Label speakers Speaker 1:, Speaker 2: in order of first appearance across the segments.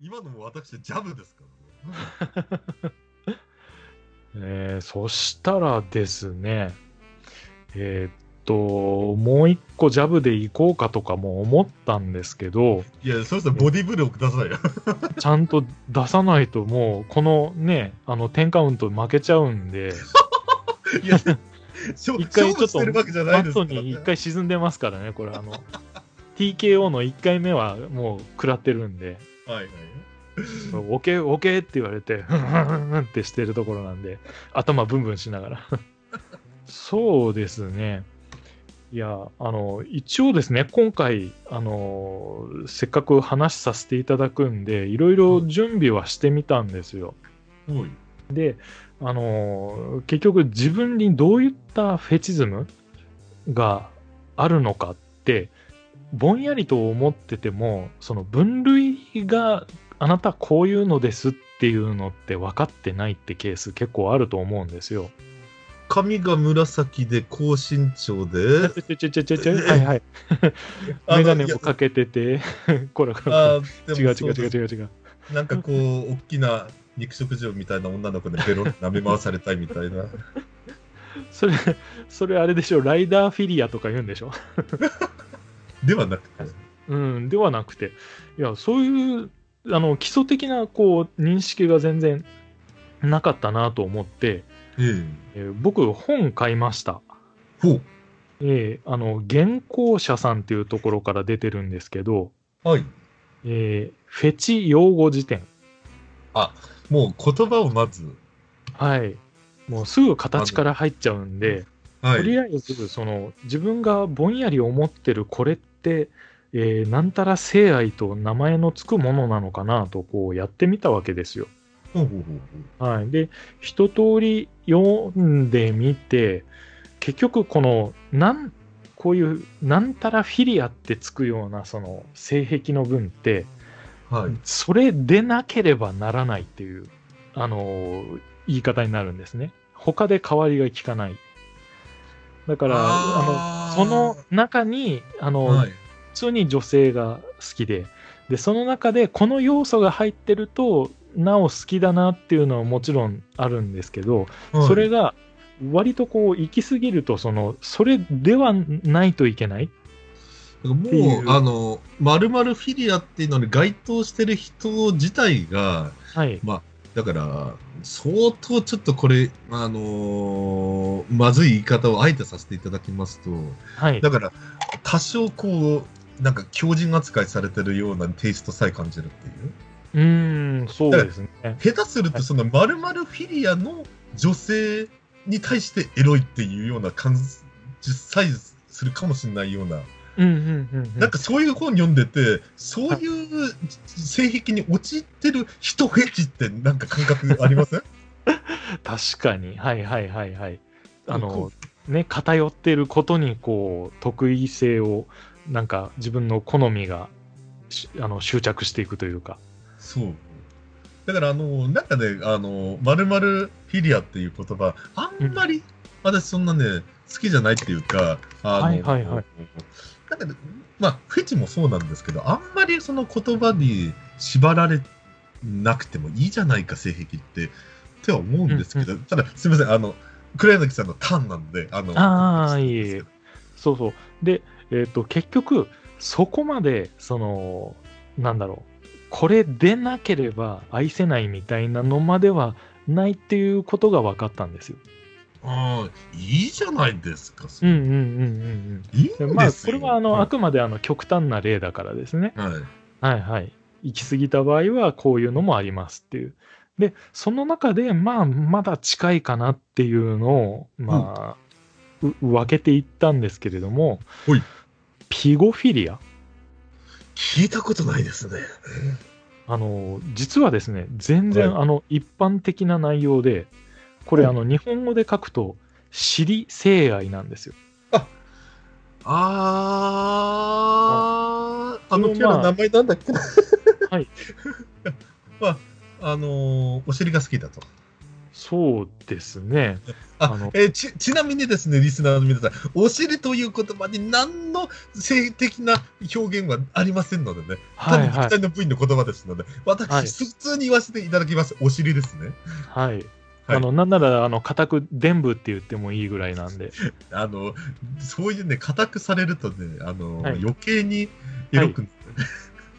Speaker 1: 今のも私、ジャブですからね。
Speaker 2: えーそしたらですね、えーっと、もう一個ジャブで行こうかとかも思ったんです けど、
Speaker 1: いや、そしたらボディブローくださいよ。
Speaker 2: ちゃんと出さないともう、このね、あの、10カウント負けちゃうんで、
Speaker 1: いや、勝負勝
Speaker 2: 一回ちょ
Speaker 1: 負
Speaker 2: っと
Speaker 1: してるわけじゃな
Speaker 2: マ
Speaker 1: いで
Speaker 2: ッ
Speaker 1: すか
Speaker 2: ト
Speaker 1: ら、
Speaker 2: に1
Speaker 1: ね。
Speaker 2: 回沈んでますからね、これ、あの、TKO の1回目はもう食らってるんで、
Speaker 1: はいはい。
Speaker 2: オケオケって言われて、ふんふんふんってしてるところなんで、頭ブンブンしながら。そうですね。いや、あの、一応ですね、今回、あの、せっかく話させていただくんで、いろいろ準備はしてみたんですよ。
Speaker 1: おい。
Speaker 2: で、あの、結局自分にどういったフェチズムがあるのかって、ぼんやりと思ってても、その分類があなたこういうのですっていうのって分かってないってケース結構あると思うんです よ。
Speaker 1: 髪が紫で高身長 で、
Speaker 2: ちょちょちょちょちょ、はいはい。メガネもかけてて、こらこら。
Speaker 1: あーで
Speaker 2: 違う
Speaker 1: も
Speaker 2: 違う違う
Speaker 1: そう
Speaker 2: 違う違う。
Speaker 1: う。なんかこう、大きな肉食獣みたいな女の子でベロ舐め回されたいみたいな。
Speaker 2: それ、それあれでしょ、ライダーフィリアとか言うんでしょ
Speaker 1: ではなくて。
Speaker 2: うん、ではなくて、いや、そういう、あの、基礎的な、こう、認識が全然なかったなと思って、
Speaker 1: ええ。
Speaker 2: えー僕、本買いました。
Speaker 1: ほ
Speaker 2: えーあの、原稿者さんっていうところから出てるんですけど、
Speaker 1: う。はい。
Speaker 2: えーフェチ用語辞典。
Speaker 1: もう言葉をまず。
Speaker 2: はい。もうすぐ形から入っちゃうんで、
Speaker 1: は
Speaker 2: とり
Speaker 1: い。
Speaker 2: あえず、その、自分がぼんやり思ってるこれって、えーなんたら性愛と名前のつくものなのかなと、こう、やってみたわけですよ。
Speaker 1: ほうほうほうほ
Speaker 2: はい、で一通り読んでみて結局このなんこういうなんたらフィリアってつくようなその性癖の文って
Speaker 1: う。はい。
Speaker 2: それでなければならないっていう、あのー言い方になるんですね他で代わりが利かないだからあのその中にあの、
Speaker 1: はい。
Speaker 2: 普通に女性が好きででその中でこの要素が入ってるとなお好きだなっていうのはもちろんあるんですけど、
Speaker 1: はい
Speaker 2: それが割とこう行き過ぎるとそのそれではないといけないって
Speaker 1: も、
Speaker 2: いうう
Speaker 1: あの、まるまるフィリアっていうのに該当してる人自体が、
Speaker 2: はい
Speaker 1: だから、相当ちょっとこれ、あのーまずい言い方をあえてさせていただきますと、
Speaker 2: はい
Speaker 1: だから、多少こう、なんか強人扱いされてるようなテイストさえ感じるっていう。
Speaker 2: うーんそうですね
Speaker 1: 下手すると、そのまるまるフィリアの女性に対してエロいっていうような感じさえするかもしれないような。
Speaker 2: うんうんうんうん
Speaker 1: なんかそういう本読んでて、そういう性癖に陥ってる人フェチってなんか感覚ありません
Speaker 2: 確かにはいはいはいはいあの
Speaker 1: こ
Speaker 2: ね偏ってることにこう得意性をなんか自分の好みがしあの執着していくというか
Speaker 1: そう。だからあの、なんかね、あの、まるまるフィリアっていう言葉、あんまり私そんなね、好きじゃないっていうか、あの、
Speaker 2: はいはいはい
Speaker 1: なんかね、まあ、フェチもそうなんですけど、あんまりその言葉に縛られなくてもいいじゃないか、性癖って、っては思うんですけど、ただ、すみません、あの、黒柳さんのターンなんで、あの、
Speaker 2: あー
Speaker 1: ちょっと失礼ですけど
Speaker 2: そうそう。で、えっ、と、結局、そこまで、その、なんだろう、これでなければ愛せないみたいなのまではないっていうことが分かったんですよ。
Speaker 1: あーいいじゃないですか、そ
Speaker 2: うん
Speaker 1: れ
Speaker 2: うんうんうん
Speaker 1: いいんです
Speaker 2: う
Speaker 1: よ
Speaker 2: ん。。まあ、これはあの、
Speaker 1: は
Speaker 2: あくまであの極端な例だからですね。
Speaker 1: いはい。
Speaker 2: はいはい。行き過ぎた場合は、こういうのもありますっていう。で、その中で、まあ、まだ近いかなっていうのを、まあ、う分けていったんですけれども
Speaker 1: ほい、
Speaker 2: ピゴフィリア
Speaker 1: 聞いたことないですね。
Speaker 2: あの実はですね全然、
Speaker 1: は
Speaker 2: あの一般的な内容でこれ、
Speaker 1: はい
Speaker 2: あの日本語で書くと「知り性愛」なんですよ。
Speaker 1: あー、あの
Speaker 2: この
Speaker 1: キャラ
Speaker 2: まあ。
Speaker 1: 名前なんだっけはい まあ、あのーお尻が好きだと。
Speaker 2: そうですね。
Speaker 1: あ
Speaker 2: あの
Speaker 1: えーちちなみにですね、リスナーの皆さん、お尻という言葉に何の性的な表現はありませんのでね、
Speaker 2: はい
Speaker 1: 単に
Speaker 2: は
Speaker 1: 肉体の部位の言葉ですので、私、
Speaker 2: はい
Speaker 1: 普通に言わせていただきます、お尻ですね。
Speaker 2: い。はい
Speaker 1: はい
Speaker 2: あのなんなら、あの固く、伝部って言ってもいいぐらいなんで、
Speaker 1: あのそういうね、固くされるとね、あの
Speaker 2: はい
Speaker 1: 余計にエロく、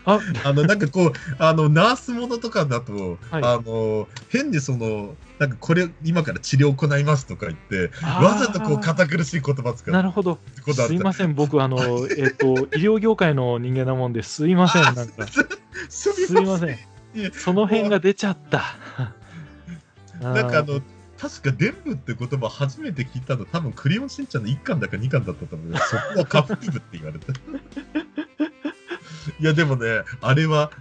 Speaker 2: あ
Speaker 1: あのなんかこう、あのナースものとかだと、
Speaker 2: はい
Speaker 1: あの変にその、なんかこれ、今から治療を行いますとか言って、わざとこう
Speaker 2: あ
Speaker 1: 堅苦しい言葉使
Speaker 2: ー
Speaker 1: う
Speaker 2: な
Speaker 1: っ
Speaker 2: るほど、
Speaker 1: てことあ
Speaker 2: す
Speaker 1: る
Speaker 2: い
Speaker 1: じゃん
Speaker 2: ません、僕、あの、えっと、医療業界の人間なもんですいません、なんか、
Speaker 1: す
Speaker 2: す
Speaker 1: み
Speaker 2: いません、その辺が出ちゃった。
Speaker 1: なんかあ
Speaker 2: あー
Speaker 1: の、確か、伝部って言葉初めて聞いたの、多分クレヨンしんちゃんの1巻だか2巻だったと 思うよそこはカップ部って言われた。いや、でもね、あれは、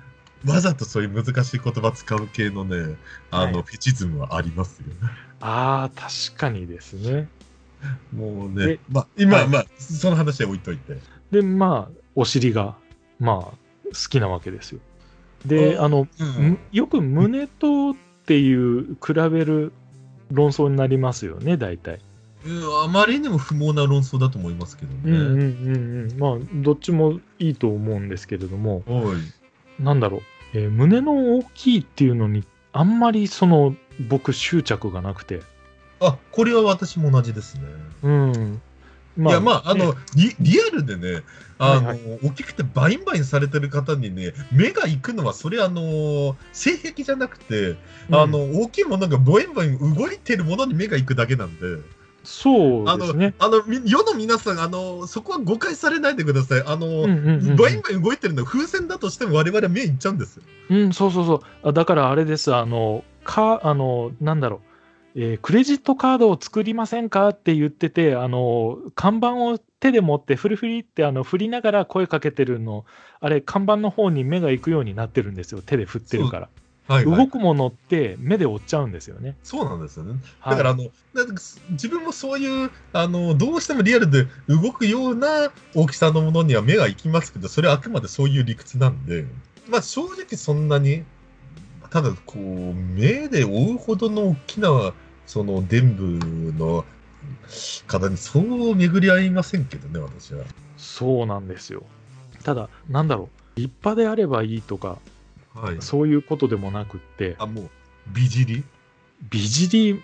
Speaker 1: わざとそういう難しい言葉使う系のね、あの、
Speaker 2: はい
Speaker 1: フェチズムはありますよね。
Speaker 2: あー、確かにですね。
Speaker 1: もう
Speaker 2: で
Speaker 1: ね、まあ、今、
Speaker 2: はい
Speaker 1: まあ、その話は置いといて。
Speaker 2: で、まあ、お尻が、まあ、好きなわけですよ。で、
Speaker 1: あー
Speaker 2: あの、むよく胸とっていう比べる論争になりますよね、大体。
Speaker 1: うんあまりにも不毛な論争だと思いますけど
Speaker 2: うんうん
Speaker 1: ね。
Speaker 2: うんうん。まあ、どっちもいいと思うんですけれども、
Speaker 1: おい。
Speaker 2: なんだろう、えー胸の大きいっていうのに、あんまりその、僕、執着がなくて。
Speaker 1: あ、これは私も同じですね。
Speaker 2: うん。
Speaker 1: いや、まあ、あの、
Speaker 2: ね
Speaker 1: リ、リアルでね、あの、
Speaker 2: はい
Speaker 1: 大きくてバインバインされてる方にね、目が行くのは、それ、あの、性癖じゃなくて、あの、大きいものがボインボイン動いてるものに目が行くだけなんで、
Speaker 2: そうですね。
Speaker 1: あの、み世の皆さん、あの、そこは誤解されないでください。あの、
Speaker 2: うんうんうんうん
Speaker 1: バインバイン動いてるのは風船だとしても、我々は目行っちゃうんですよ。
Speaker 2: うん、そうそうそうあ。だからあれです、あの、か、あの、なんだろう、えークレジットカードを作りませんかって言ってて、あの、看板を手で持って、フリフリってあの振りながら声かけてるの、あれ、看板の方に目が行くようになってるんですよ、手で振ってるから。
Speaker 1: はい、
Speaker 2: 動くものって目で追っちゃうんですよね。
Speaker 1: そうなんですよね。
Speaker 2: は
Speaker 1: だ
Speaker 2: い
Speaker 1: からあの、なんかす自分もそういうあのどうしてもリアルで動くような大きさのものには目が行きますけどそれはあくまでそういう理屈なんで、まあ、正直そんなにただこう目で追うほどの大きなその伝部の方にそう巡り合いませんけどね私は。
Speaker 2: そうなんですよ。ただ、なんだろう、立派であればいいとか、
Speaker 1: はい、
Speaker 2: そういうことでもなくって、
Speaker 1: あもう美尻
Speaker 2: 美尻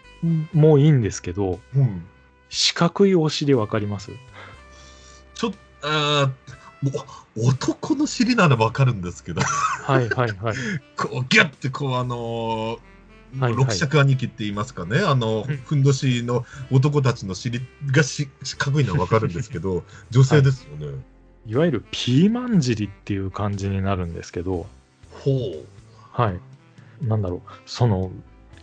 Speaker 2: もいいんですけど、
Speaker 1: うん
Speaker 2: 四角いお尻わかります
Speaker 1: ちょっとあーお男の尻ならわかるんですけど
Speaker 2: はいはいはい。
Speaker 1: こうギュッてこうあのー
Speaker 2: はいはい
Speaker 1: 六尺兄貴って言いますかね、あの
Speaker 2: うん
Speaker 1: ふんどしの男たちの尻がし四角いのは分かるんですけど 女性ですよね、
Speaker 2: いわゆるピーマン尻っていう感じになるんですけど、
Speaker 1: ほ
Speaker 2: はい。なんだろう、その、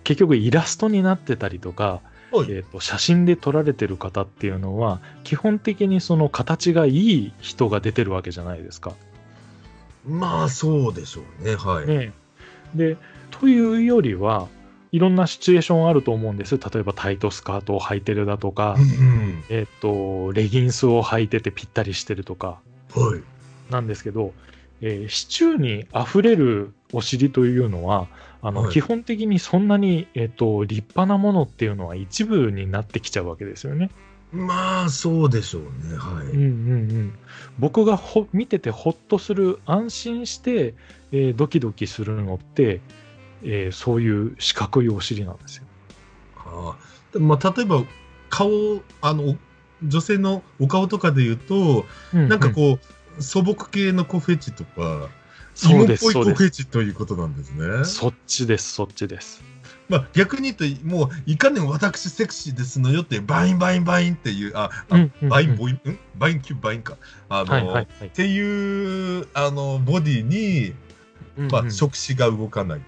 Speaker 2: 結局イラストになってたりとか、
Speaker 1: うはい、
Speaker 2: えー、と写真で撮られてる方っていうのは基本的にその形がいい人が出てるわけじゃないですか。
Speaker 1: まあそうでしょうねはい、
Speaker 2: ね、でというよりはいろんなシチュエーションあると思うんです例えばタイトスカートを履いてるだとか
Speaker 1: う、ん
Speaker 2: えっとレギンスを履いててぴったりしてるとか、
Speaker 1: うんはい
Speaker 2: なんですけど、えーシチューにあふれるお尻というのはあの、
Speaker 1: はい
Speaker 2: 基本的にそんなに、えー、と立派なものっていうのは一部になってきちゃうわけですよね。
Speaker 1: まあそうでしょうねはい、
Speaker 2: うんうんうん、僕がほ見ててほっとする安心して、えードキドキするのって、えーそういう四角いお尻なんですよ。
Speaker 1: あーでまあ、例えば顔あの女性のお顔とかで言うと、なんかこう素朴系のコフェチとか
Speaker 2: うんそう
Speaker 1: 芋
Speaker 2: で
Speaker 1: っ
Speaker 2: す
Speaker 1: ぽい
Speaker 2: そう
Speaker 1: コ
Speaker 2: で
Speaker 1: フ
Speaker 2: す
Speaker 1: ェチということなんですね。
Speaker 2: そっちですそっちです。
Speaker 1: まあ、逆に言うと、もういかにも私セクシーですのよって、バインバインバインっていう、あ、あ
Speaker 2: うんうんうん
Speaker 1: バインボイン、んバインキューバインか。あの、
Speaker 2: はいはいはい
Speaker 1: っていう、あの、ボディに、
Speaker 2: うんうん
Speaker 1: まあ、触手が動かないと。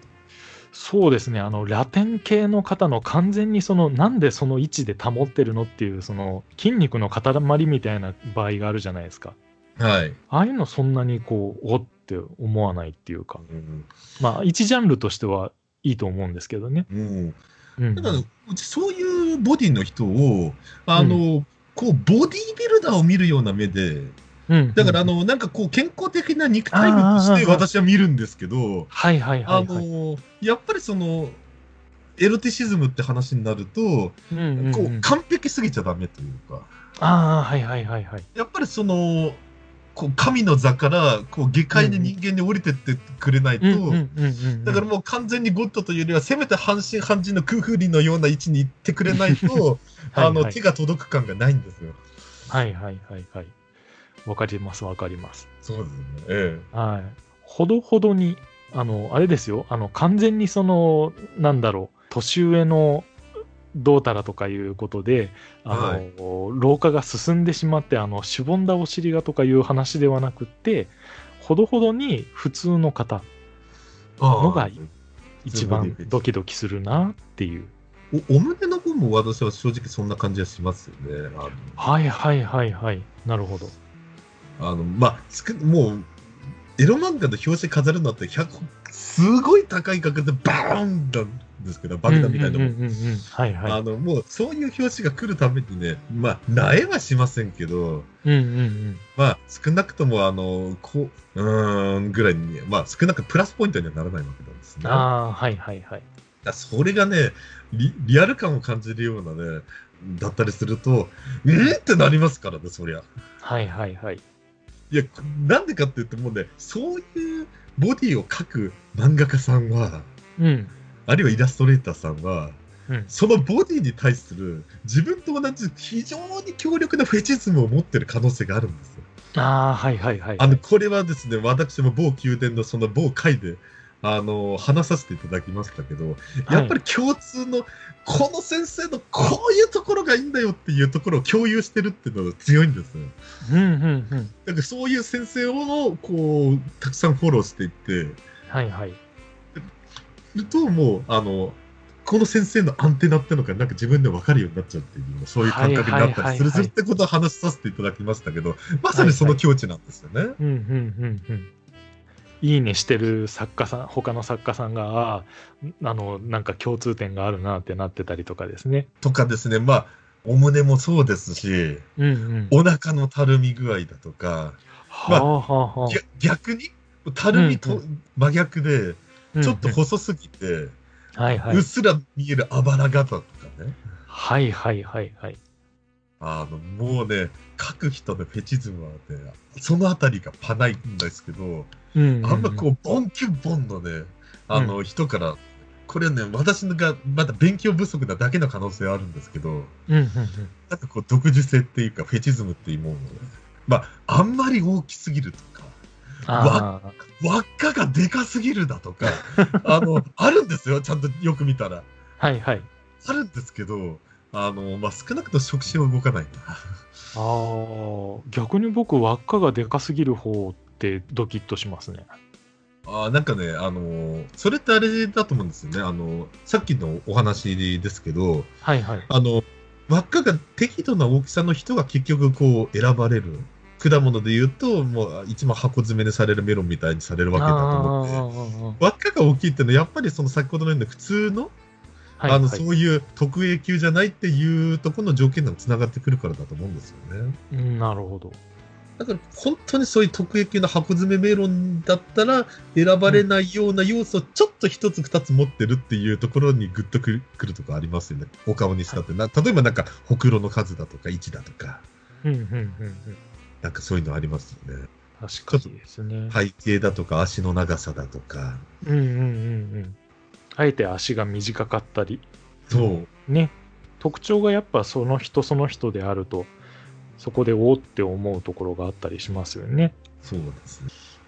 Speaker 2: そうですねあのラテン系の方の完全にそのなんでその位置で保ってるのっていうその筋肉の塊みたいな場合があるじゃないですか
Speaker 1: はい、
Speaker 2: ああいうのそんなにこうおって思わないっていうか
Speaker 1: うん
Speaker 2: まあ一ジャンルとしてはいいと思うんですけどね、
Speaker 1: うん。
Speaker 2: うん
Speaker 1: だから、うちそういうボディの人を、あの、こう、ボディービルダーを見るような目で、
Speaker 2: うん
Speaker 1: だから、あ
Speaker 2: うん
Speaker 1: の、なんかこう、健康的な肉体美とし
Speaker 2: あーあーあ
Speaker 1: て
Speaker 2: ー
Speaker 1: 私は見るんですけど、
Speaker 2: はいはいは
Speaker 1: あ
Speaker 2: いはい
Speaker 1: のやっぱりそのエロティシズムって話になると、
Speaker 2: うんうんうん
Speaker 1: こう完璧すぎちゃダメというか
Speaker 2: ああ、はいはいはいはい。
Speaker 1: やっぱりそのこう神の座からこう下界で人間に降りてってくれないと、だからもう完全にゴッドというよりはせめて半身半身の空風林のような位置に行ってくれないとあの手が届く感がないんですよ。
Speaker 2: はいはいはいはい。わかりますわかります。
Speaker 1: そうですね。え
Speaker 2: はい。ほどほどに、あの、あれですよ、あの、完全にその、なんだろう、年上のどうたらとかいうことで、あの、
Speaker 1: はい
Speaker 2: 老化が進んでしまって、あの、しぼんだお尻がとかいう話ではなくって、ほどほどに普通の方、
Speaker 1: え。ああ
Speaker 2: のがい一番ドキドキするなっていう。
Speaker 1: おお胸の方も私は正直そんな感じはしますよね。あの
Speaker 2: はいはいはいはい。なるほど。
Speaker 1: あの、まあ、つく、もう、エロ漫画の表紙飾るのって、100、すごい高い額でバーンなんですけど、爆弾みたいなも
Speaker 2: うん
Speaker 1: ん。
Speaker 2: うんうんうんうんはいは
Speaker 1: あ
Speaker 2: い。
Speaker 1: の、もう、そういう表紙が来るためにね、まあ、なえはしませんけど、
Speaker 2: うんうんうん。
Speaker 1: まあ、少なくとも、あの、こう、うーん、ぐらいに、まあ、少なくプラスポイントにはならないわけなんですね。
Speaker 2: ああー、はいはいはい。
Speaker 1: だそれがねリ、リアル感を感じるようなね、だったりすると、うんってなりますからね、そりゃ。
Speaker 2: はいはいはい。
Speaker 1: いや、なんでかって言ってもうね、そういうボディを描く漫画家さんは、
Speaker 2: うん。
Speaker 1: あるいはイラストレーターさんは、
Speaker 2: うん
Speaker 1: そのボディに対する自分と同じ非常に強力なフェチズムを持ってる可能性があるんですよ。
Speaker 2: ああ、はいはいはい。
Speaker 1: あの、これはですね、私も某宮殿のその某会で、あの、話させていただきましたけど、やっぱ
Speaker 2: り、
Speaker 1: り共通の、この先生のこういうところがいいんだよっていうところを共有してるっていうのが強いんですよ。
Speaker 2: うんうんうん。
Speaker 1: だからそういう先生をこうたくさんフォローしていって
Speaker 2: はいはい。
Speaker 1: るともうあのこの先生のアンテナってのがなんか自分で分かるようになっちゃうっていうそういう感覚になったりする
Speaker 2: はいはいはいはい
Speaker 1: ってことを話させていただきましたけどまさにその境地なんですよね。
Speaker 2: うんうんうんうん。いいねしてる作家さん、他の作家さんが、あーあの、なんか共通点があるなってなってたりとかですね。
Speaker 1: とかですねまあお胸もそうですし
Speaker 2: うんうん。
Speaker 1: お腹のたるみ具合だとか
Speaker 2: はあはあはあ
Speaker 1: ぎゃ逆にたるみと
Speaker 2: う
Speaker 1: 真逆で
Speaker 2: うんうん
Speaker 1: ちょっと細すぎて
Speaker 2: はいはいう
Speaker 1: っ。すら見えるあばら型とかね。
Speaker 2: はいはいはいはい。
Speaker 1: あの、もうね、書く人のフェチズムはね、そのあたりがパないんですけど、
Speaker 2: うんうんうん
Speaker 1: あんまこう、ボンキュンボンのね、あの、人から、これはね、私がまだ勉強不足なだけの可能性はあるんですけど、
Speaker 2: うんうんうん。
Speaker 1: なんかこう、独自性っていうか、フェチズムっていうものをね、まあ、あんまり大きすぎるとか、
Speaker 2: ああ。
Speaker 1: 輪っかがでかすぎるだと か、あの、あるんですよ、ちゃんとよく見たら。
Speaker 2: はいはい。
Speaker 1: あるんですけど、あの、まあ、少なくとも触手は動かないな。
Speaker 2: ああ。逆に僕、輪っかがでかすぎる方ってドキッとしますね。
Speaker 1: あーなんかね、あのーそれってあれだと思うんですよね。あのーさっきのお話ですけど、
Speaker 2: はいはい。
Speaker 1: あの、輪っかが適度な大きさの人が結局こう選ばれる。果物で言うと、もう一番箱詰めにされるメロンみたいにされるわけだと思って。
Speaker 2: 思って。
Speaker 1: 輪っかが大きいってのは、やっぱりその先ほどのような普通の、
Speaker 2: はいはい
Speaker 1: あの、そういう特営級じゃないっていうところの条件にもつながってくるからだと思うんですよね。
Speaker 2: うんなるほど。
Speaker 1: だから本当にそういう特益の箱詰めメロンだったら選ばれないような要素をちょっと一つ二つ持ってるっていうところにグッとくるくるとこありますよね。お顔にしたってな。例えばなんか、ほくろの数だとか、位置だとか、
Speaker 2: うんうんうんうん。
Speaker 1: なんかそういうのありますよね。
Speaker 2: 確かにですね。
Speaker 1: 背景だとか、足の長さだとか。
Speaker 2: うんうんうんうん。あえて足が短かったり、
Speaker 1: そう。
Speaker 2: ね。特徴がやっぱその人その人であると、そこでおーって思うところがあったりしますよね。
Speaker 1: そうですね。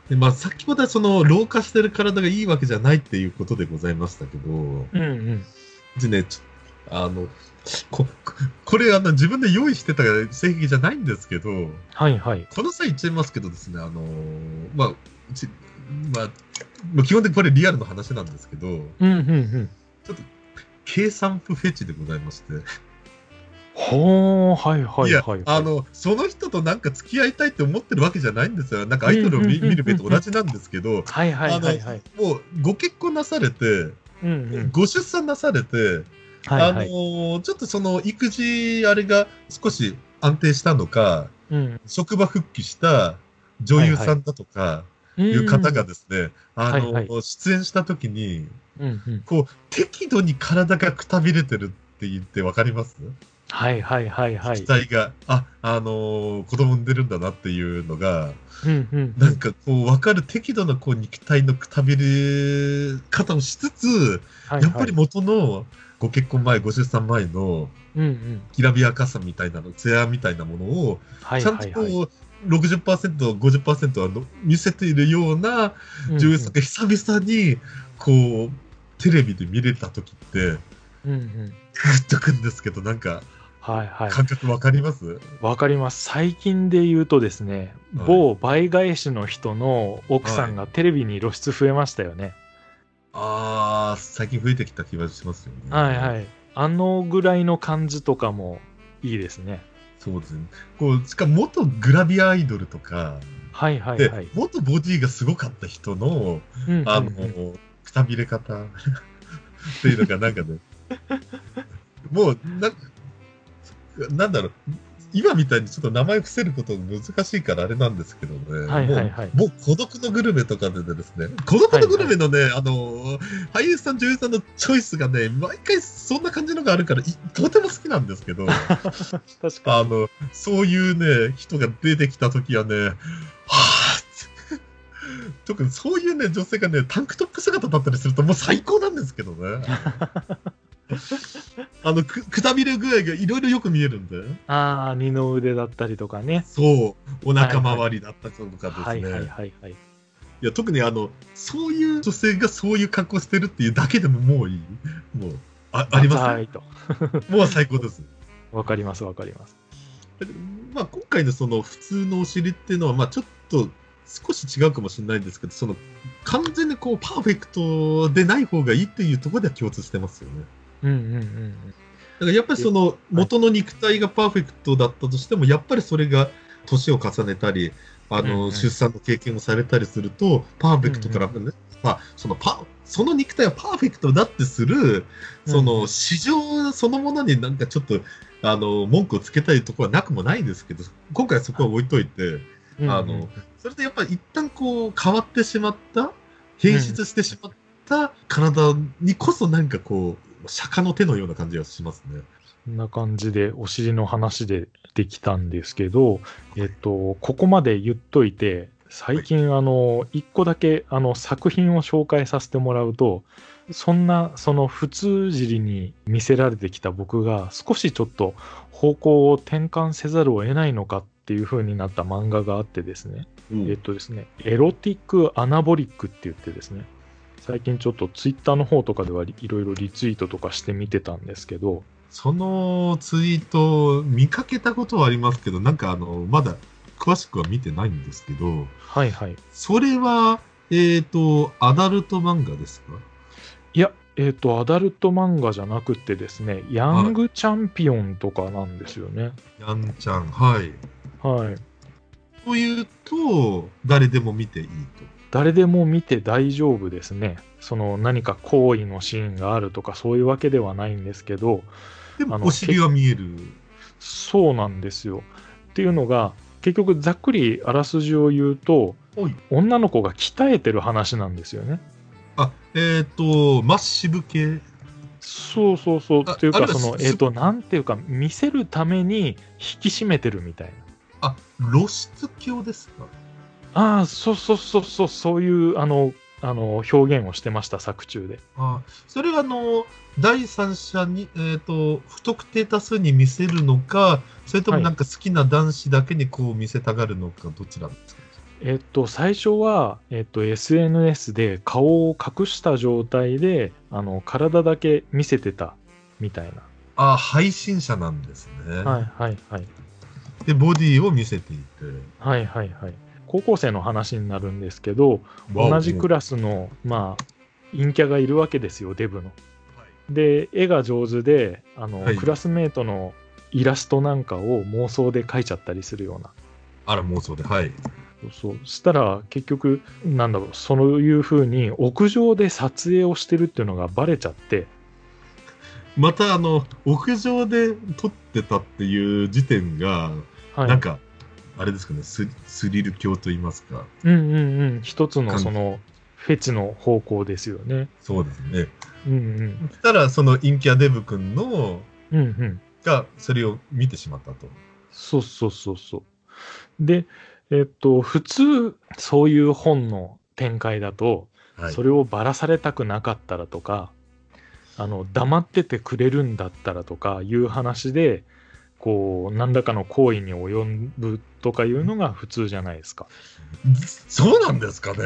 Speaker 1: で、まあ、先ほどはその、老化してる体がいいわけじゃないっていうことでございましたけど、
Speaker 2: うんうん。
Speaker 1: でね、ちょあの、こ、ここれ、あの、自分で用意してた性癖じゃないんですけど、
Speaker 2: はいはい。
Speaker 1: この際言っちゃいますけどですね、あのーまあ、うちまあ、まあ基本的にこれリアルの話なんですけど、
Speaker 2: うんうんうん。
Speaker 1: 計算不フェチでございまして、
Speaker 2: ほー、はいはいい
Speaker 1: や
Speaker 2: はい。、
Speaker 1: あ、の、その人となんか付き合いたいって思ってるわけじゃないんですよ。なんかアイドルを見
Speaker 2: うんうんうんうん
Speaker 1: 見る目と同じなんですけど、
Speaker 2: はいはいはいはい。
Speaker 1: もうご結婚なされて、
Speaker 2: うんうん。
Speaker 1: ご出産なされて、
Speaker 2: はい
Speaker 1: あの
Speaker 2: はい。
Speaker 1: ーちょっとその育児あれが少し安定したのか、
Speaker 2: うん
Speaker 1: 職場復帰した女優さんだとか、
Speaker 2: うん
Speaker 1: いう方がですね、あの、
Speaker 2: はいは
Speaker 1: 出演した時に、
Speaker 2: うんうん。
Speaker 1: こう、適度に体がくたびれてるって言ってわかります、
Speaker 2: はいはいはいはい
Speaker 1: 期。待が、あ、あのー子供産んでるんだなっていうのが、
Speaker 2: うんうんう
Speaker 1: なん
Speaker 2: ん。
Speaker 1: かこう、わかる適度なこう肉体のくたびれ方をしつつ、
Speaker 2: はいはい
Speaker 1: やっぱり、元のご結婚前、ご出産前の
Speaker 2: うんうん。
Speaker 1: きらびやかさみたいなの、艶みたいなものを、
Speaker 2: はい
Speaker 1: ちゃん
Speaker 2: は
Speaker 1: と
Speaker 2: い
Speaker 1: こ
Speaker 2: はい。
Speaker 1: う、60%、50%はの見せているような女優さんが久々に、こう、テレビで見れた時って、グ
Speaker 2: うんうんうんうん。
Speaker 1: ッとくんですけど、なんか、
Speaker 2: はいはい。
Speaker 1: 感覚わかります、
Speaker 2: わかります。最近で言うとですね、
Speaker 1: はい
Speaker 2: 某倍返しの人の奥さんがテレビに露出増えましたよね。
Speaker 1: あー、最近増えてきた気はしますよね。
Speaker 2: はいはい。あのぐらいの感じとかもいいですね。
Speaker 1: そうですね。こう、しかも元グラビアアイドルとか、
Speaker 2: はいはい
Speaker 1: で
Speaker 2: はい。
Speaker 1: 元ボディがすごかった人の、
Speaker 2: うんうんうん
Speaker 1: あの、くたびれ方 っていうのがなんかね、 もう、なんか、なんだろう、今みたいにちょっと名前伏せること難しいからあれなんですけどね、
Speaker 2: はいはいはい
Speaker 1: もうもう孤独のグルメとかでですね、孤独のグルメのね、あの、俳優さん、女優さんのチョイスがね、毎回そんな感じのがあるから、いとても好きなんですけ ど、
Speaker 2: 確か
Speaker 1: あの、そういうね、人が出てきたときはね、はぁって特にそういうね、女性がね、タンクトップ姿だったりするともう最高なんですけど ね。あの、く、くたびれ具合がいろいろよく見えるんで。
Speaker 2: に。ああ、二の腕だったりとかね。
Speaker 1: そう、お腹周りだったりとかですね。
Speaker 2: はい
Speaker 1: い
Speaker 2: はいはいはい。
Speaker 1: や、特にあの、そういう女性がそういう格好してるっていうだけでももういい。もう、ああります
Speaker 2: はいと。
Speaker 1: もう最高です。
Speaker 2: わかりますわかります。
Speaker 1: まあ、今回のその普通のお尻っていうのは、まあ、ちょっと少し違うかもしれないですけど、その完全にこうパーフェクトでない方がいいっていうところでは共通してますよね。
Speaker 2: うんうんうんうん。
Speaker 1: だからやっぱりその元の肉体がパーフェクトだったとしても、やっぱりそれが年を重ねたり、あ
Speaker 2: うんう
Speaker 1: の
Speaker 2: ん
Speaker 1: 出産の経験をされたりすると、パーフェクトからね、まあ、そのパその肉体はパーフェクトだってする、そ
Speaker 2: うんう
Speaker 1: の
Speaker 2: ん
Speaker 1: 市場そのものになんかちょっとあの文句をつけたいところはなくもないんですけど、今回はそこは置いといて、あ
Speaker 2: うんうん
Speaker 1: のそれでやっぱり一旦こう変わってしまった、変質してしまった体にこそなんかこう、釈迦の手のような感じがしますね。
Speaker 2: こんな感じでお尻の話でできたんですけど、えっと、ここまで言っといて、最近、あの、一個だけ、あの、作品を紹介させてもらうと、そんな、その、普通尻に見せられてきた僕が、少しちょっと方向を転換せざるを得ないのかっていう風になった漫画があってですね、えっとですね、エロティック・アナボリックって言ってですね、最近ちょっとツイッターの方とかではいろいろリツイートとかして見てたんですけど、
Speaker 1: そのツイート見かけたことはありますけど、なんかあの、まだ詳しくは見てないんですけど、
Speaker 2: はいはい。
Speaker 1: それは、えっ、と、アダルト漫画ですか
Speaker 2: いや、えっ、と、アダルト漫画じゃなくてですね、ヤングチャンピオンとかなんですよね。
Speaker 1: やんちゃん、はい。
Speaker 2: はい。
Speaker 1: というと、誰でも見ていい
Speaker 2: 誰でも見て大丈夫ですね。その何か行為のシーンがあるとかそういうわけではないんですけど、
Speaker 1: と。で
Speaker 2: あ
Speaker 1: も、
Speaker 2: の
Speaker 1: お尻は見える。
Speaker 2: そうなんですよ。っていうのが、結局ざっくりあらすじを言うと
Speaker 1: はい、
Speaker 2: 女の子が鍛えてる話なんですよね。
Speaker 1: あ、えっ、と、マッシブ系。
Speaker 2: そうそうそう。
Speaker 1: あ
Speaker 2: という
Speaker 1: ある
Speaker 2: か、
Speaker 1: いは
Speaker 2: その、
Speaker 1: す
Speaker 2: えっ、と、なんていうか、見せるために引き締めてるみたいな。
Speaker 1: あ、露出狂ですか
Speaker 2: ああ、そうそうそうそう、そういうあのあの表現をしてました、作中で。
Speaker 1: あそれはあの第三者に、えー、と不特定多数に見せるのかそれとも
Speaker 2: はい
Speaker 1: なんか好きな男子だけにこう見せたがるのかどちらですか、
Speaker 2: えっと、最初は、えっと、SNS で顔を隠した状態であの体だけ見せてたみたい
Speaker 1: あ配信者なんですね、
Speaker 2: な。はいはいはい。
Speaker 1: でボディを見せていて
Speaker 2: はいはいはい。高校生の話になるんですけど、同じク
Speaker 1: らい、
Speaker 2: ラスの、まあ、陰キャがいるわけですよ、デブの。で、絵が上手で、あの、
Speaker 1: はい
Speaker 2: クラスメートのイラストなんかを妄想で描いちゃったりするような。
Speaker 1: あら妄想ではい
Speaker 2: そうしたら結局なんだろうそういうふうに屋上で撮影をしてるっていうのがバレちゃって
Speaker 1: またあの屋上で撮ってたっていう時点が、
Speaker 2: はい
Speaker 1: なんかあれですかねススリル狂と言いますか
Speaker 2: うんうんうん一つの
Speaker 1: 感じ
Speaker 2: そのフフェチの方向ですよね。
Speaker 1: そうですね。
Speaker 2: うんうん。
Speaker 1: たら、その陰キャデブ君の、
Speaker 2: うんうん。
Speaker 1: が、それを見てしまったと。
Speaker 2: そうそうそうそう。で、えっと、普通、そういう本の展開だと、
Speaker 1: はい。
Speaker 2: それをばらされたくなかったらとか、あの、黙っててくれるんだったらとかいう話で、こう、何らかの行為に及ぶとかいうのが普通じゃないですか。
Speaker 1: そうなんですかね。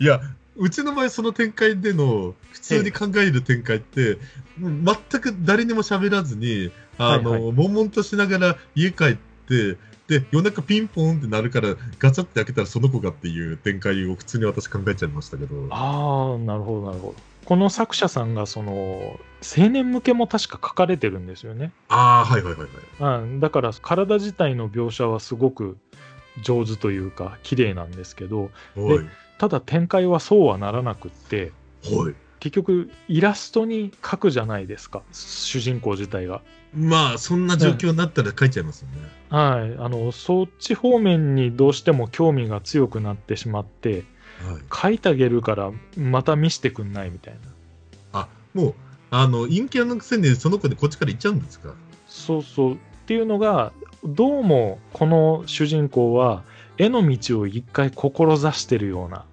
Speaker 1: いや、うちの場合、その展開での、普通に考える展開って、うん全く誰にも喋らずに、あの、
Speaker 2: はい
Speaker 1: 悶々としながら家帰って、で、夜中ピンポンってなるから、ガチャって開けたらその子がっていう展開を普通に私考えちゃいましたけど。
Speaker 2: ああ、なるほど、なるほど。この作者さんが、その、青年向けも確か書かれてるんですよね。
Speaker 1: ああ、はいはいはいはい。
Speaker 2: うん、だから、体自体の描写はすごく上手というか、綺麗なんですけど、
Speaker 1: はい。
Speaker 2: ただ展開はそうはならなくって、
Speaker 1: はい。
Speaker 2: 結局、イラストに描くじゃないですか、主人公自体が。
Speaker 1: まあ、そんな状況になったら書いちゃいますよね。
Speaker 2: はい、あの、そっち方面にどうしても興味が強くなってしまって、
Speaker 1: はい。
Speaker 2: 書いてあげるから、また見せてくんないみたいな。
Speaker 1: あ、もう、あの、陰キャのくせにその子でこっちから行っちゃうんですか。
Speaker 2: そうそうっていうのがどうもこの主人公は絵の道を一回志してるような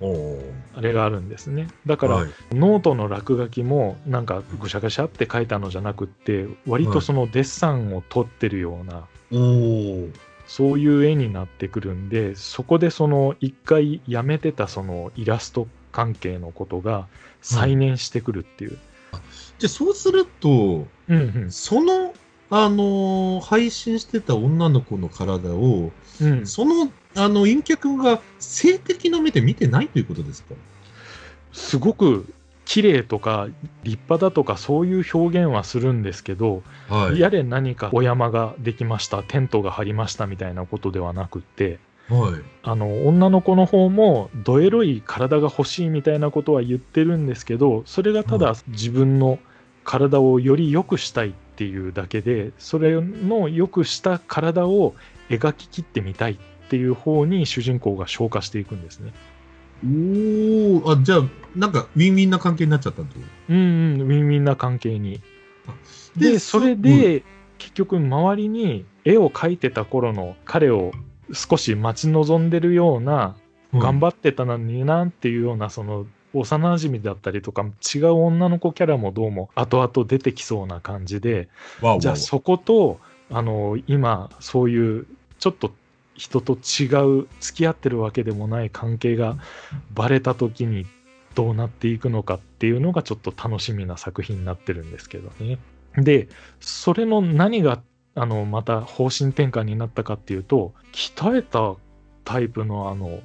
Speaker 1: おお。
Speaker 2: あれがあるんですねだから、
Speaker 1: はい。
Speaker 2: ノートの落書きもなんかぐしゃぐしゃって書いたのじゃなくって割とそのデッサンを撮ってるような、
Speaker 1: おお。
Speaker 2: そういう絵になってくるんでそこでその一回やめてたそのイラスト関係のことが再燃してくるっていう、
Speaker 1: じゃあそうすると、
Speaker 2: うんうん
Speaker 1: その、あのー配信してた女の子の体を、
Speaker 2: うん、
Speaker 1: その、あの、陰キャ君が性的な目で見てないということですか
Speaker 2: すごく綺麗とか立派だとかそういう表現はするんですけど、
Speaker 1: は
Speaker 2: やれ何かお山ができましたテントが張りましたみたいなことではなくって
Speaker 1: はい。
Speaker 2: あの女の子の方もどエロい体が欲しいみたいなことは言ってるんですけどそれがただ自分の体をより良くしたいっていうだけでそれの良くした体を描き切ってみたいっていう方に主人公が昇華していくんですね。
Speaker 1: おお。あ、じゃあ、なんか、ウィンウィンな関係になっちゃったと。
Speaker 2: うんうん、ウィンウィンな関係に。で、それ、
Speaker 1: うん
Speaker 2: で、結局、周りに絵を描いてた頃の彼を少し待ち望んでるような、頑
Speaker 1: うん
Speaker 2: 張ってたのになっていうような、その、幼馴染だったりとか、違う女の子キャラもどうも後々出てきそうな感じで、
Speaker 1: わお
Speaker 2: じゃあ
Speaker 1: わ
Speaker 2: そこと、あの、今、そういう、ちょっと人と違う、付き合ってるわけでもない関係がバレた時に、どうなっていくのかっていうのがちょっと楽しみな作品になってるんですけどね。で、それの何が、あの、また方針転換になったかっていうと、鍛えたタイプの、あの、も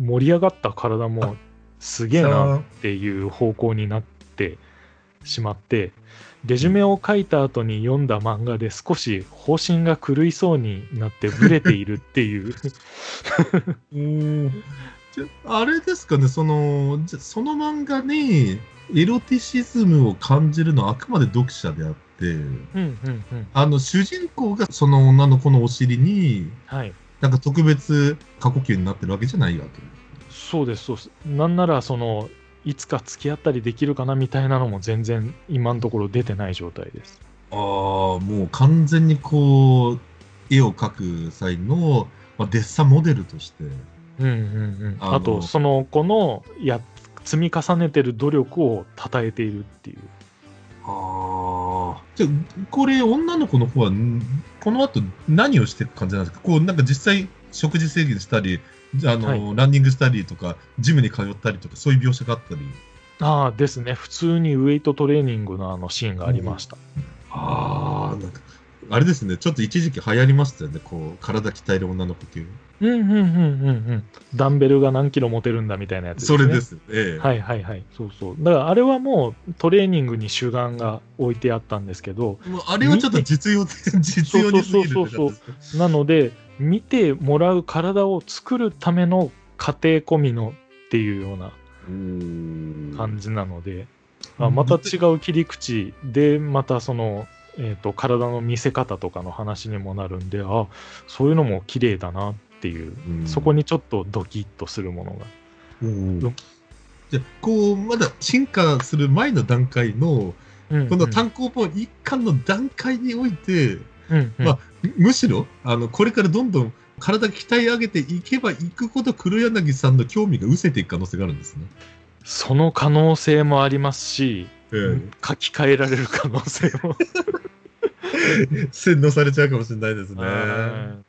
Speaker 2: 盛り上がった体もすげえな
Speaker 1: お。
Speaker 2: っていう方向になってしまってレジュメを書いた後に読んだ漫画で少し方針が狂いそうになってブレているっていう
Speaker 1: うーんじゃあれですかね、その、じゃその漫画にエロティシズムを感じるのはあくまで読者であって、
Speaker 2: うんうんうん
Speaker 1: あの、主人公がその女の子のお尻に、
Speaker 2: はい
Speaker 1: なんか特別過呼吸になってるわけじゃないわけ。
Speaker 2: そうですそうですなんならそのいつか付き合ったりできるかなみたいなのも全然今のところ出てない状態です
Speaker 1: ああ、もう完全にこう、絵を描く際の、まあ、デッサンモデルとして。
Speaker 2: うんうんうん
Speaker 1: あの
Speaker 2: あとその子のや積み重ねてる努力を称えているっていう
Speaker 1: ああ。じゃあこれ、女の子の方は、んこの後何をしていく感じなんですかこう、なんか実際、食事制限したり、あの、
Speaker 2: はい
Speaker 1: ランニングしたりとか、ジムに通ったりとか、そういう描写があったり。
Speaker 2: ああですね普通にウェイトトレーニングのあのシーンがありました
Speaker 1: ああ、なんか、あれですね、ちょっと一時期流行りましたよね、こう、体鍛える女の子系。
Speaker 2: うんうんうんうんうん。ダンベルが何キロ持てるんだみたいなやつ
Speaker 1: それですす、ええ
Speaker 2: ね。はいはいはい。そうそう。だからあれはもうトレーニングに主眼が置いてあったんですけど、
Speaker 1: もうあれはちょっと実用的、実用にすぎるって感じです
Speaker 2: なので、見てもらう体を作るための過程込みのっていうような
Speaker 1: か
Speaker 2: 感じなので、あまた違う切り口で、またその、えっと体の見せ方とかの話にもなるんで、あそういうのも綺麗だなっていう、
Speaker 1: うん
Speaker 2: そこにちょっとドキッとするものが
Speaker 1: うん
Speaker 2: うん
Speaker 1: じゃあこう、まだ進化する前の段階の、
Speaker 2: うん
Speaker 1: この単行本一巻の段階において、
Speaker 2: うんうん
Speaker 1: まあむむしろ、あの、これからどんどん体鍛え上げていけばいくほど黒柳さんの興味が失せていく可能性があるんですね。
Speaker 2: その可能性もありますし、
Speaker 1: え
Speaker 2: 書き換えられる可能性も。
Speaker 1: え洗脳されちゃうかもしれないですね。
Speaker 2: うん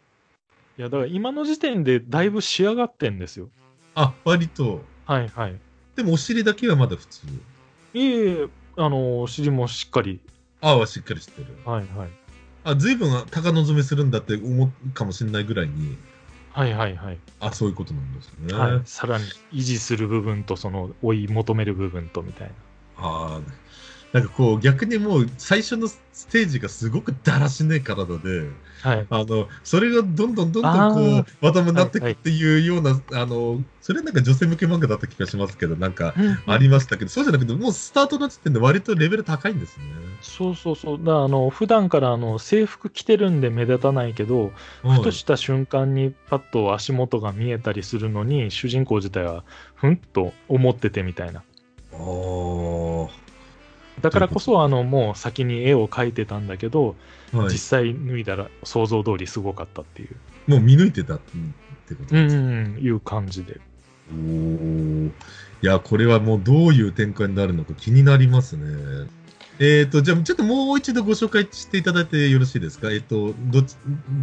Speaker 2: いや、だから今の時点でだいぶ仕上がってんですよ。
Speaker 1: あ、割と。
Speaker 2: はいはい。
Speaker 1: でもお尻だけはまだ普通。
Speaker 2: いえいえ、あの、お尻もしっかり。
Speaker 1: あはしっかりしてる。
Speaker 2: はいはい。
Speaker 1: あ、随分高望みするんだって思うかもしれないぐらいに、
Speaker 2: はいはいはい。
Speaker 1: あ、そういうことなんですね。
Speaker 2: はい、さらに維持する部分と、その追い求める部分とみたいな。
Speaker 1: ああ、なんかこう逆にもう最初のステージがすごくだらしねえ体で、
Speaker 2: はい。
Speaker 1: あの、それがどんどんどんどんこ
Speaker 2: あ
Speaker 1: う、まともになって
Speaker 2: はいはい
Speaker 1: くっていうような、あの、それなんか女性向け漫画だった気がしますけど、なんかあ
Speaker 2: り
Speaker 1: りましたけど、そうじゃなくて、もうスタートの時点で割とレベル高いんですね。
Speaker 2: そうそうそう。だからあの普段からあの制服着てるんで目立たないけど、
Speaker 1: はい
Speaker 2: ふとした瞬間にパッと足元が見えたりするのに、主人公自体はふんと思っててみたいな。
Speaker 1: ああ、は
Speaker 2: だからこそ、あのもう先に絵を描いてたんだけど、
Speaker 1: い
Speaker 2: 実。際脱いだら想像通りすごかったっていう、
Speaker 1: もう見抜いてたってこと
Speaker 2: うんうんうん、いう感じで。
Speaker 1: おーいや、これはもうどういう展開になるのか気になりますね。えっ、と、じゃあ、ちょっともう一度ご紹介していただいてよろしいですかえっ、と、どち、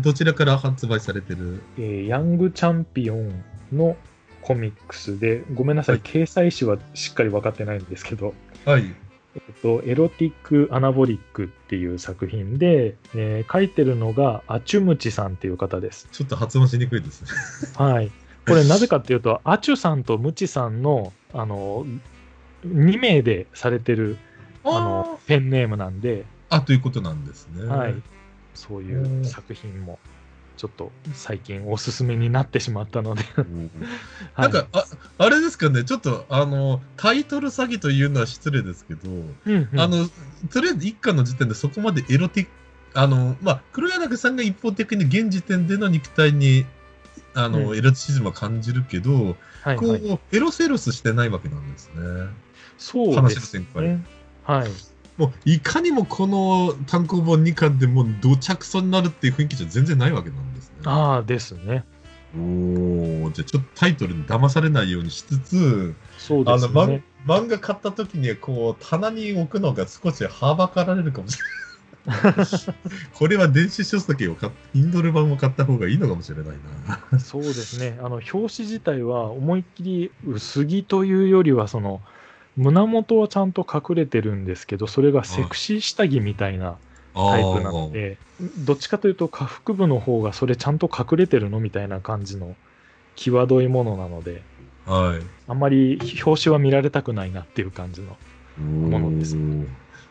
Speaker 1: どちらから発売されてる
Speaker 2: えーヤングチャンピオンのコミックスで、ごめんなさい、
Speaker 1: はい
Speaker 2: 掲載誌はしっかり分かってないんですけど、
Speaker 1: はい。
Speaker 2: えっと、エロティック・アナボリックっていう作品で、えー書いてるのがアチュムチさんっていう方です。
Speaker 1: ちょっと発音しにくいですね。
Speaker 2: はい。これなぜかっていうと、アチュさんとムチさんの、あの、2名でされてる、あの、ペンネームなんで、
Speaker 1: あ、ということなんですね。
Speaker 2: はい。。そういう作品も、ちょっと最近おすすめになってしまったので、
Speaker 1: なん
Speaker 2: は
Speaker 1: か
Speaker 2: い、、
Speaker 1: あ、あれですかね、ちょっと、あの、タイトル詐欺というのは失礼ですけど、
Speaker 2: うんうん
Speaker 1: あの、とりあえず一巻の時点でそこまでエロティック、あの、まあ、黒柳さんが一方的に現時点での肉体に、あの、
Speaker 2: うん
Speaker 1: エロチシズムは感じるけど、
Speaker 2: はい
Speaker 1: こう、
Speaker 2: はい
Speaker 1: エロセロスしてないわけなんですね。
Speaker 2: そうで
Speaker 1: 話の
Speaker 2: す
Speaker 1: 先輩。
Speaker 2: ね。はい。
Speaker 1: もう、いかにもこの単行本2巻でもう、どちゃくそになるっていう雰囲気じゃ全然ないわけなんですね。
Speaker 2: ああ、ですね。
Speaker 1: おーじゃあちょっとタイトルに騙されないようにしつつ、
Speaker 2: そう
Speaker 1: あ
Speaker 2: で
Speaker 1: の、
Speaker 2: す
Speaker 1: まん
Speaker 2: ね。
Speaker 1: 漫画買った時に、こう、棚に置くのが少しはばかられるかもしれ ない。これは電子書籍を買っインドル版を買った方がいいのかもしれないな。
Speaker 2: そうですね。あの、表紙自体は思いっきり薄着というよりは、その、胸元はちゃんと隠れてるんですけど、それがセクシー下着みたいなタイプなので、どっちかというと下腹部の方がそれちゃんと隠れてるのみたいな感じの際どいものなので、
Speaker 1: あー。はい。
Speaker 2: あんまり表紙は見られたくないなっていう感じの。
Speaker 1: も
Speaker 2: のです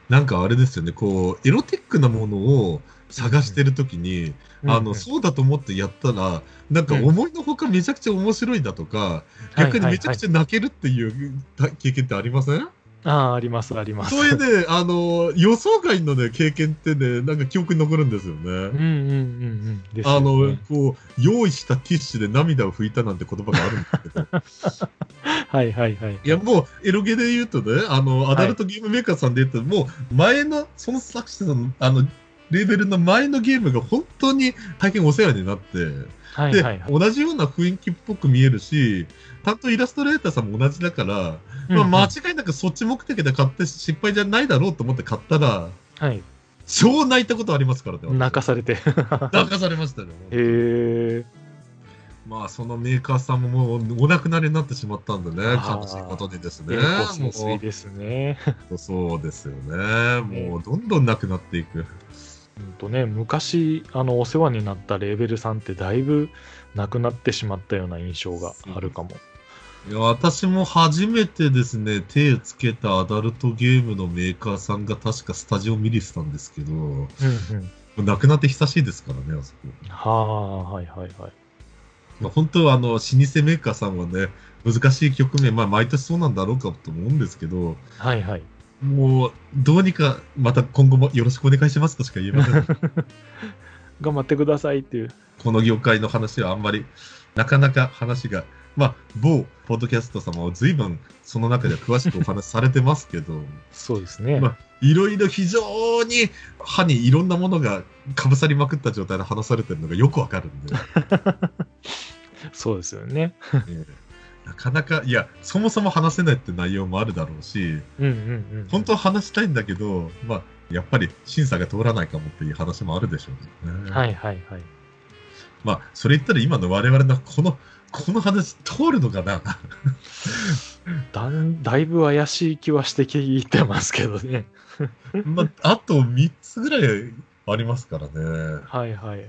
Speaker 1: なんかあれですよね、こう、エロティックなものを探してる時に、あの、そうだと思ってやったら、なんか思いのほかめちゃくちゃ面白いだとか、逆にめちゃくち
Speaker 2: ゃ。
Speaker 1: ゃ泣けるっていう経験ってありません
Speaker 2: ああ、あります、あります。
Speaker 1: そういうね、あの、予想外のね、経験ってね、なんか記憶に残るんですよ
Speaker 2: うん
Speaker 1: ね。
Speaker 2: うんうんうん。です
Speaker 1: あ
Speaker 2: よね
Speaker 1: の、こう、用意したティッシュで涙を拭いたなんて言葉があるんですけ ど、
Speaker 2: はいはいはい。
Speaker 1: いや、もう、エロゲで言うとね、あの、アダルトゲームメーカーさんで言うと、もう、前の、その作者の、あの、レベルの前のゲームが本当に大変お世話になって、
Speaker 2: は
Speaker 1: で、
Speaker 2: いはいはい。
Speaker 1: 同じような雰囲気っぽく見えるし、担当イラストレーターさんも同じだから、
Speaker 2: うんうん
Speaker 1: まあ、間違いなくそっち目的で買って失敗じゃないだろうと思って買ったら、
Speaker 2: はい。
Speaker 1: 超泣いたことありますからね。私
Speaker 2: 泣かされて。 へ
Speaker 1: 泣かされましたね。
Speaker 2: え。
Speaker 1: まあ、そのメーカーさんももうお亡くなりになってしまったんでね、
Speaker 2: あー
Speaker 1: 悲しいことにですね。
Speaker 2: で、
Speaker 1: も
Speaker 2: 香
Speaker 1: う
Speaker 2: 水ですね。
Speaker 1: そうですよね。もうどんどんなくなっていく。
Speaker 2: うんとね、昔、あの、お世話になったレーベルさんって、だいぶなくなってしまったような印象があるかも。
Speaker 1: いや私も初めてですね、手をつけたアダルトゲームのメーカーさんが確かスタジオミリスなんですけど、も
Speaker 2: うんうん。
Speaker 1: う亡くなって久しいですからね、あそこ。
Speaker 2: はあ、はいはいはい。
Speaker 1: まあ、本当はあの、老舗メーカーさんはね、難しい局面、まあ毎年そうなんだろうかと思うんですけど、
Speaker 2: はいはい。
Speaker 1: もう、どうにか、また今後もよろしくお願いしますとしか言えま せん。
Speaker 2: 頑張ってくださいっていう。
Speaker 1: この業界の話はあんまり、なかなか話がまあ、某ポッドキャスト様を随分その中では詳しくお話しされてますけど、
Speaker 2: そうですね。
Speaker 1: まあいろいろ非常に歯にいろんなものがかぶさりまくった状態で話されてるのがよくわかるん で、
Speaker 2: そうですよね。
Speaker 1: ええなかなか、いや、そもそも話せないって内容もあるだろうし、
Speaker 2: うんうんうん。
Speaker 1: 本当は話したいんだけど、まあ、やっぱり審査が通らないかもっていう話もあるでしょうね。
Speaker 2: はいはいはい。
Speaker 1: まあ、それ言ったら今の我々のこの、この話通るのかな
Speaker 2: だんだいぶ怪しい気はして聞いてますけどね。
Speaker 1: まあ、あと3つぐらいありますからね。
Speaker 2: はいはい。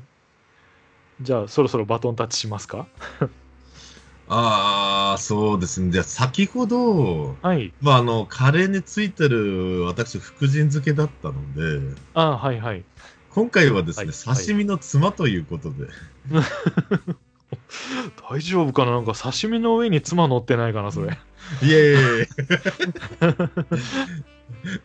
Speaker 2: じゃあ、そろそろバトンタッチしますか
Speaker 1: ああ、そうですね。じゃあ先ほど、
Speaker 2: はい。
Speaker 1: まあ、あの、カレーについてる私、福神漬けだったので、
Speaker 2: ああ、はいはい。
Speaker 1: 今回はですね、
Speaker 2: はい
Speaker 1: 刺身の妻ということで、
Speaker 2: 大丈夫かななんか刺身の上に妻乗ってないかな、それ。
Speaker 1: イエー イ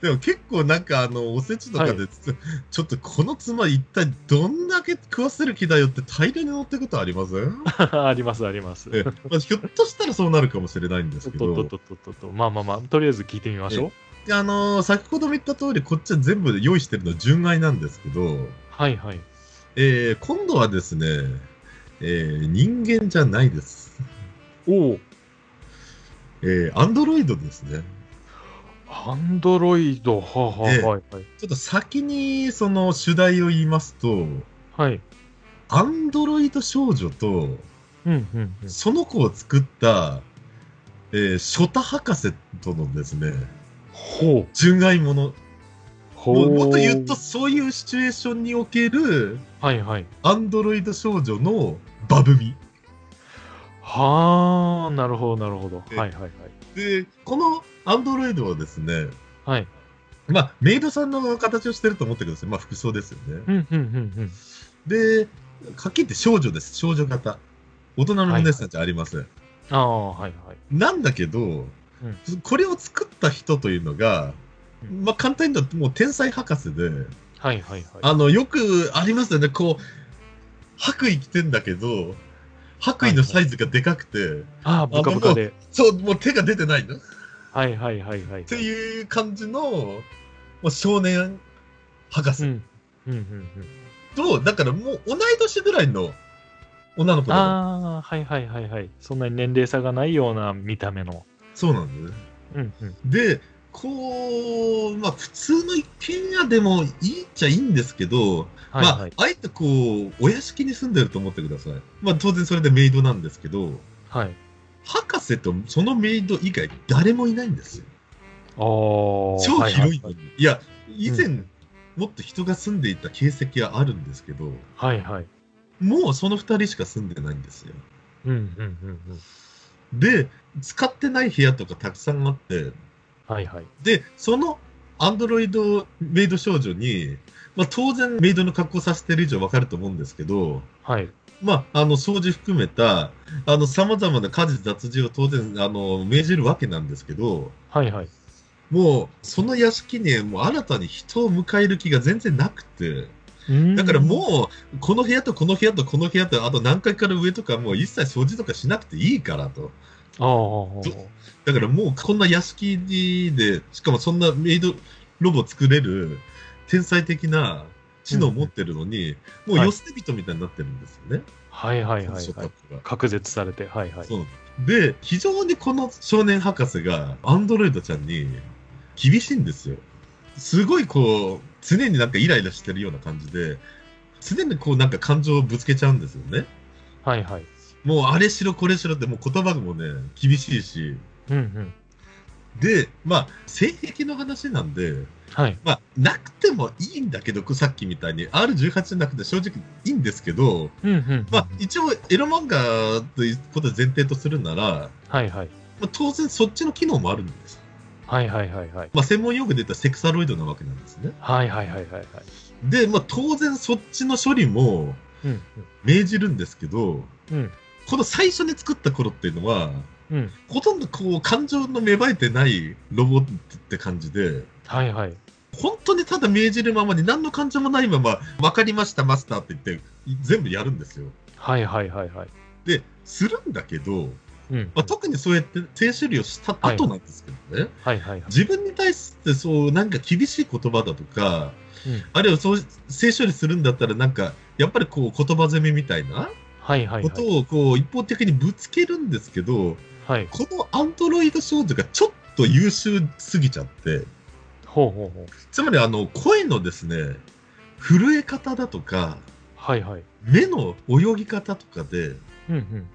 Speaker 1: でも結構なんかあのおせちとかでつ、ちょっとこの妻一体どんだけ食わせる気だよって大量に乗ってくことありません
Speaker 2: ありますあります。
Speaker 1: ええまあ、ひょっとしたらそうなるかもしれないんです
Speaker 2: とっ
Speaker 1: け
Speaker 2: とっとっ
Speaker 1: ど
Speaker 2: とっとっとっと。まあまあまあ、とりあえず聞いてみましょう。
Speaker 1: であのー先ほども言った通りこっちは全部用意してるのは純愛なんですけど、
Speaker 2: はいはい。
Speaker 1: えー今度はですね、えー人間じゃないです、
Speaker 2: おお、
Speaker 1: えーアンドロイドですね
Speaker 2: アンドロイド。はあ、は
Speaker 1: ええ
Speaker 2: あ、はいはい。
Speaker 1: ちょっと先にその主題を言いますと
Speaker 2: はい。
Speaker 1: アンドロイド少女と、
Speaker 2: うんうんうん。
Speaker 1: その子を作った、えー、ショタ博士とのですね、
Speaker 2: ほう。
Speaker 1: 純愛もの。
Speaker 2: ほ
Speaker 1: も
Speaker 2: う。
Speaker 1: うもっと言うと、そういうシチュエーションにおける、
Speaker 2: はいはい。
Speaker 1: アンドロイド少女のバブミ。
Speaker 2: はあ、なるほど、なるほど。は
Speaker 1: え
Speaker 2: いはいはい。
Speaker 1: で、このアンドロイドはですね、
Speaker 2: はい。
Speaker 1: まあ、メイドさんの形をしてると思ってください。まあ、服装ですよね。
Speaker 2: うんうんうん
Speaker 1: で、はっきり言って少女です。少女型。大人のお姉さんじゃありません。
Speaker 2: うん。ああ、はいはい。
Speaker 1: なんだけど、これを作った人というのが、
Speaker 2: うん
Speaker 1: まあ簡単に言うともう天才博士で、
Speaker 2: はいはいはい。
Speaker 1: あの、よくありますよね、こう、白衣着てんだけど、白衣のサイズがでかくて、
Speaker 2: ああ、ブカブカで。
Speaker 1: そう、もう手が出てないのっ
Speaker 2: はいはいはいはい。
Speaker 1: て
Speaker 2: う。
Speaker 1: いう感じの、もう少年博
Speaker 2: う
Speaker 1: 士
Speaker 2: ん。うんうんうん。
Speaker 1: と、だからもう同い年ぐらいの女の子だね
Speaker 2: ああ、はいはいはいはい。そんなに年齢差がないような見た目の。
Speaker 1: そうなんだね。
Speaker 2: うんうん。
Speaker 1: で、こう、まあ普通の一軒家でもいいっちゃいいんですけど、
Speaker 2: はいは
Speaker 1: ま
Speaker 2: い。
Speaker 1: あ、あえてこう、お屋敷に住んでると思ってください。まあ、当然それでメイドなんですけど、
Speaker 2: はい。
Speaker 1: 博士とそのメイド以外誰もいないんですよ。
Speaker 2: ああ。超
Speaker 1: 超広いの
Speaker 2: は
Speaker 1: に。
Speaker 2: い
Speaker 1: いや、以前、
Speaker 2: うん
Speaker 1: もっと人が住んでいた形跡はあるんですけど、
Speaker 2: はいはい。
Speaker 1: もうその2人しか住んでないんですよ。
Speaker 2: うんうんうんうん。
Speaker 1: で、使ってない部屋とかたくさんあって、
Speaker 2: はいはい。
Speaker 1: で、そのアンドロイドメイド少女に、まあ、当然メイドの格好させてる以上わかると思うんですけど、
Speaker 2: はい。
Speaker 1: まあ、あの掃除含めたあの様々な家事雑事を当然あの命じるわけなんですけど
Speaker 2: はいはい。
Speaker 1: もうその屋敷にもう新たに人を迎える気が全然なくてだから
Speaker 2: う
Speaker 1: もうこの部屋とこの部屋とこの部屋とあと何階から上とかもう一切掃除とかしなくていいからと
Speaker 2: ーん。ああ。
Speaker 1: だからもうこんな屋敷でしかもそんなメイドロボ作れる天才的な知能を持ってるのに、もう
Speaker 2: はい
Speaker 1: 寄捨て人みたいになってるんですよね、
Speaker 2: はいはい
Speaker 1: その
Speaker 2: はい
Speaker 1: 人
Speaker 2: は
Speaker 1: た
Speaker 2: い
Speaker 1: ち。が。
Speaker 2: 隔絶されて。はいはい。
Speaker 1: そうで、非常にこの少年博士が、アンドロイドちゃんに厳しいんですよ。すごいこう、常になんかイライラしてるような感じで、常にこうなんか感情をぶつけちゃうんですよね。
Speaker 2: はいはい。
Speaker 1: もうあれしろこれしろって、もう言葉もね、厳しいし。
Speaker 2: うんうん。
Speaker 1: で、まあ、性癖の話なんで、
Speaker 2: はい。
Speaker 1: まあ、なくてもいいんだけど、さっきみたいに R18 じゃなくて正直いいんですけど、
Speaker 2: うんうん。
Speaker 1: まあ、一応エロ漫画ということを前提とするなら、
Speaker 2: はいはい。
Speaker 1: まあ、当然そっちの機能もあるんです。
Speaker 2: はいはいはいはい。
Speaker 1: まあ、専門用語で言ったらセクサロイドなわけなんですね。
Speaker 2: はいはいはいはいはい。
Speaker 1: で、まあ、当然そっちの処理も
Speaker 2: うん
Speaker 1: 命じるんですけど、
Speaker 2: うん。
Speaker 1: この最初に作った頃っていうのは、
Speaker 2: うん。
Speaker 1: ほとんどこう感情の芽生えてないロボットって感じで、
Speaker 2: はいはい。
Speaker 1: 本当にただ命じるままに何の感情もないまま、わかりました、マスターって言って、全部やるんですよ。
Speaker 2: はいはいはいはい。
Speaker 1: で、するんだけど、
Speaker 2: うん
Speaker 1: まあ、特にそうやって低種類をした後なんですけどね、
Speaker 2: はいはいはい。
Speaker 1: 自分に対してそうなんか厳しい言葉だとか、
Speaker 2: うん
Speaker 1: あるいはそう性処理するんだったらなんかやっぱりこう言葉攻めみたいな
Speaker 2: はいはい
Speaker 1: こ
Speaker 2: はい。
Speaker 1: とをこう一方的にぶつけるんですけど、
Speaker 2: はい。
Speaker 1: このアンドロイド少女がちょっと優秀すぎちゃって
Speaker 2: ほうほうほう。
Speaker 1: つまりあの声のですね震え方だとか
Speaker 2: はいはい。
Speaker 1: 目の泳ぎ方とかで
Speaker 2: うんうん。